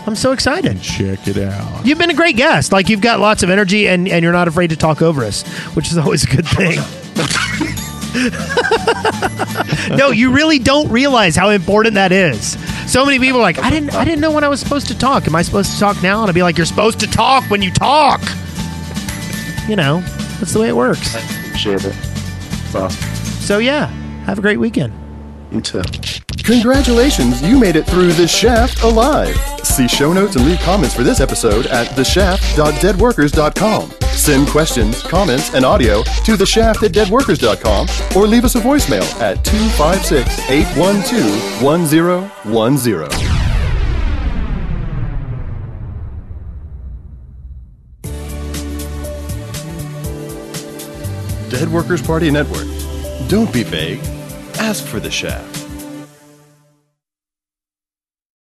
[SPEAKER 1] I'm so excited.
[SPEAKER 4] Check it out.
[SPEAKER 1] You've been a great guest. Like you've got lots of energy and, and you're not afraid to talk over us, which is always a good thing. no, you really don't realize how important that is. So many people are like, I didn't I didn't know when I was supposed to talk. Am I supposed to talk now? And I'd be like, You're supposed to talk when you talk. You know, that's the way it works.
[SPEAKER 5] appreciate it. It's awesome.
[SPEAKER 1] So yeah, have a great weekend.
[SPEAKER 5] You too.
[SPEAKER 3] Congratulations, you made it through The Shaft alive. See show notes and leave comments for this episode at theshaft.deadworkers.com. Send questions, comments, and audio to theshaft at deadworkers.com or leave us a voicemail at 256 812 1010. Dead Workers Party Network. Don't be vague. Ask for the shaft.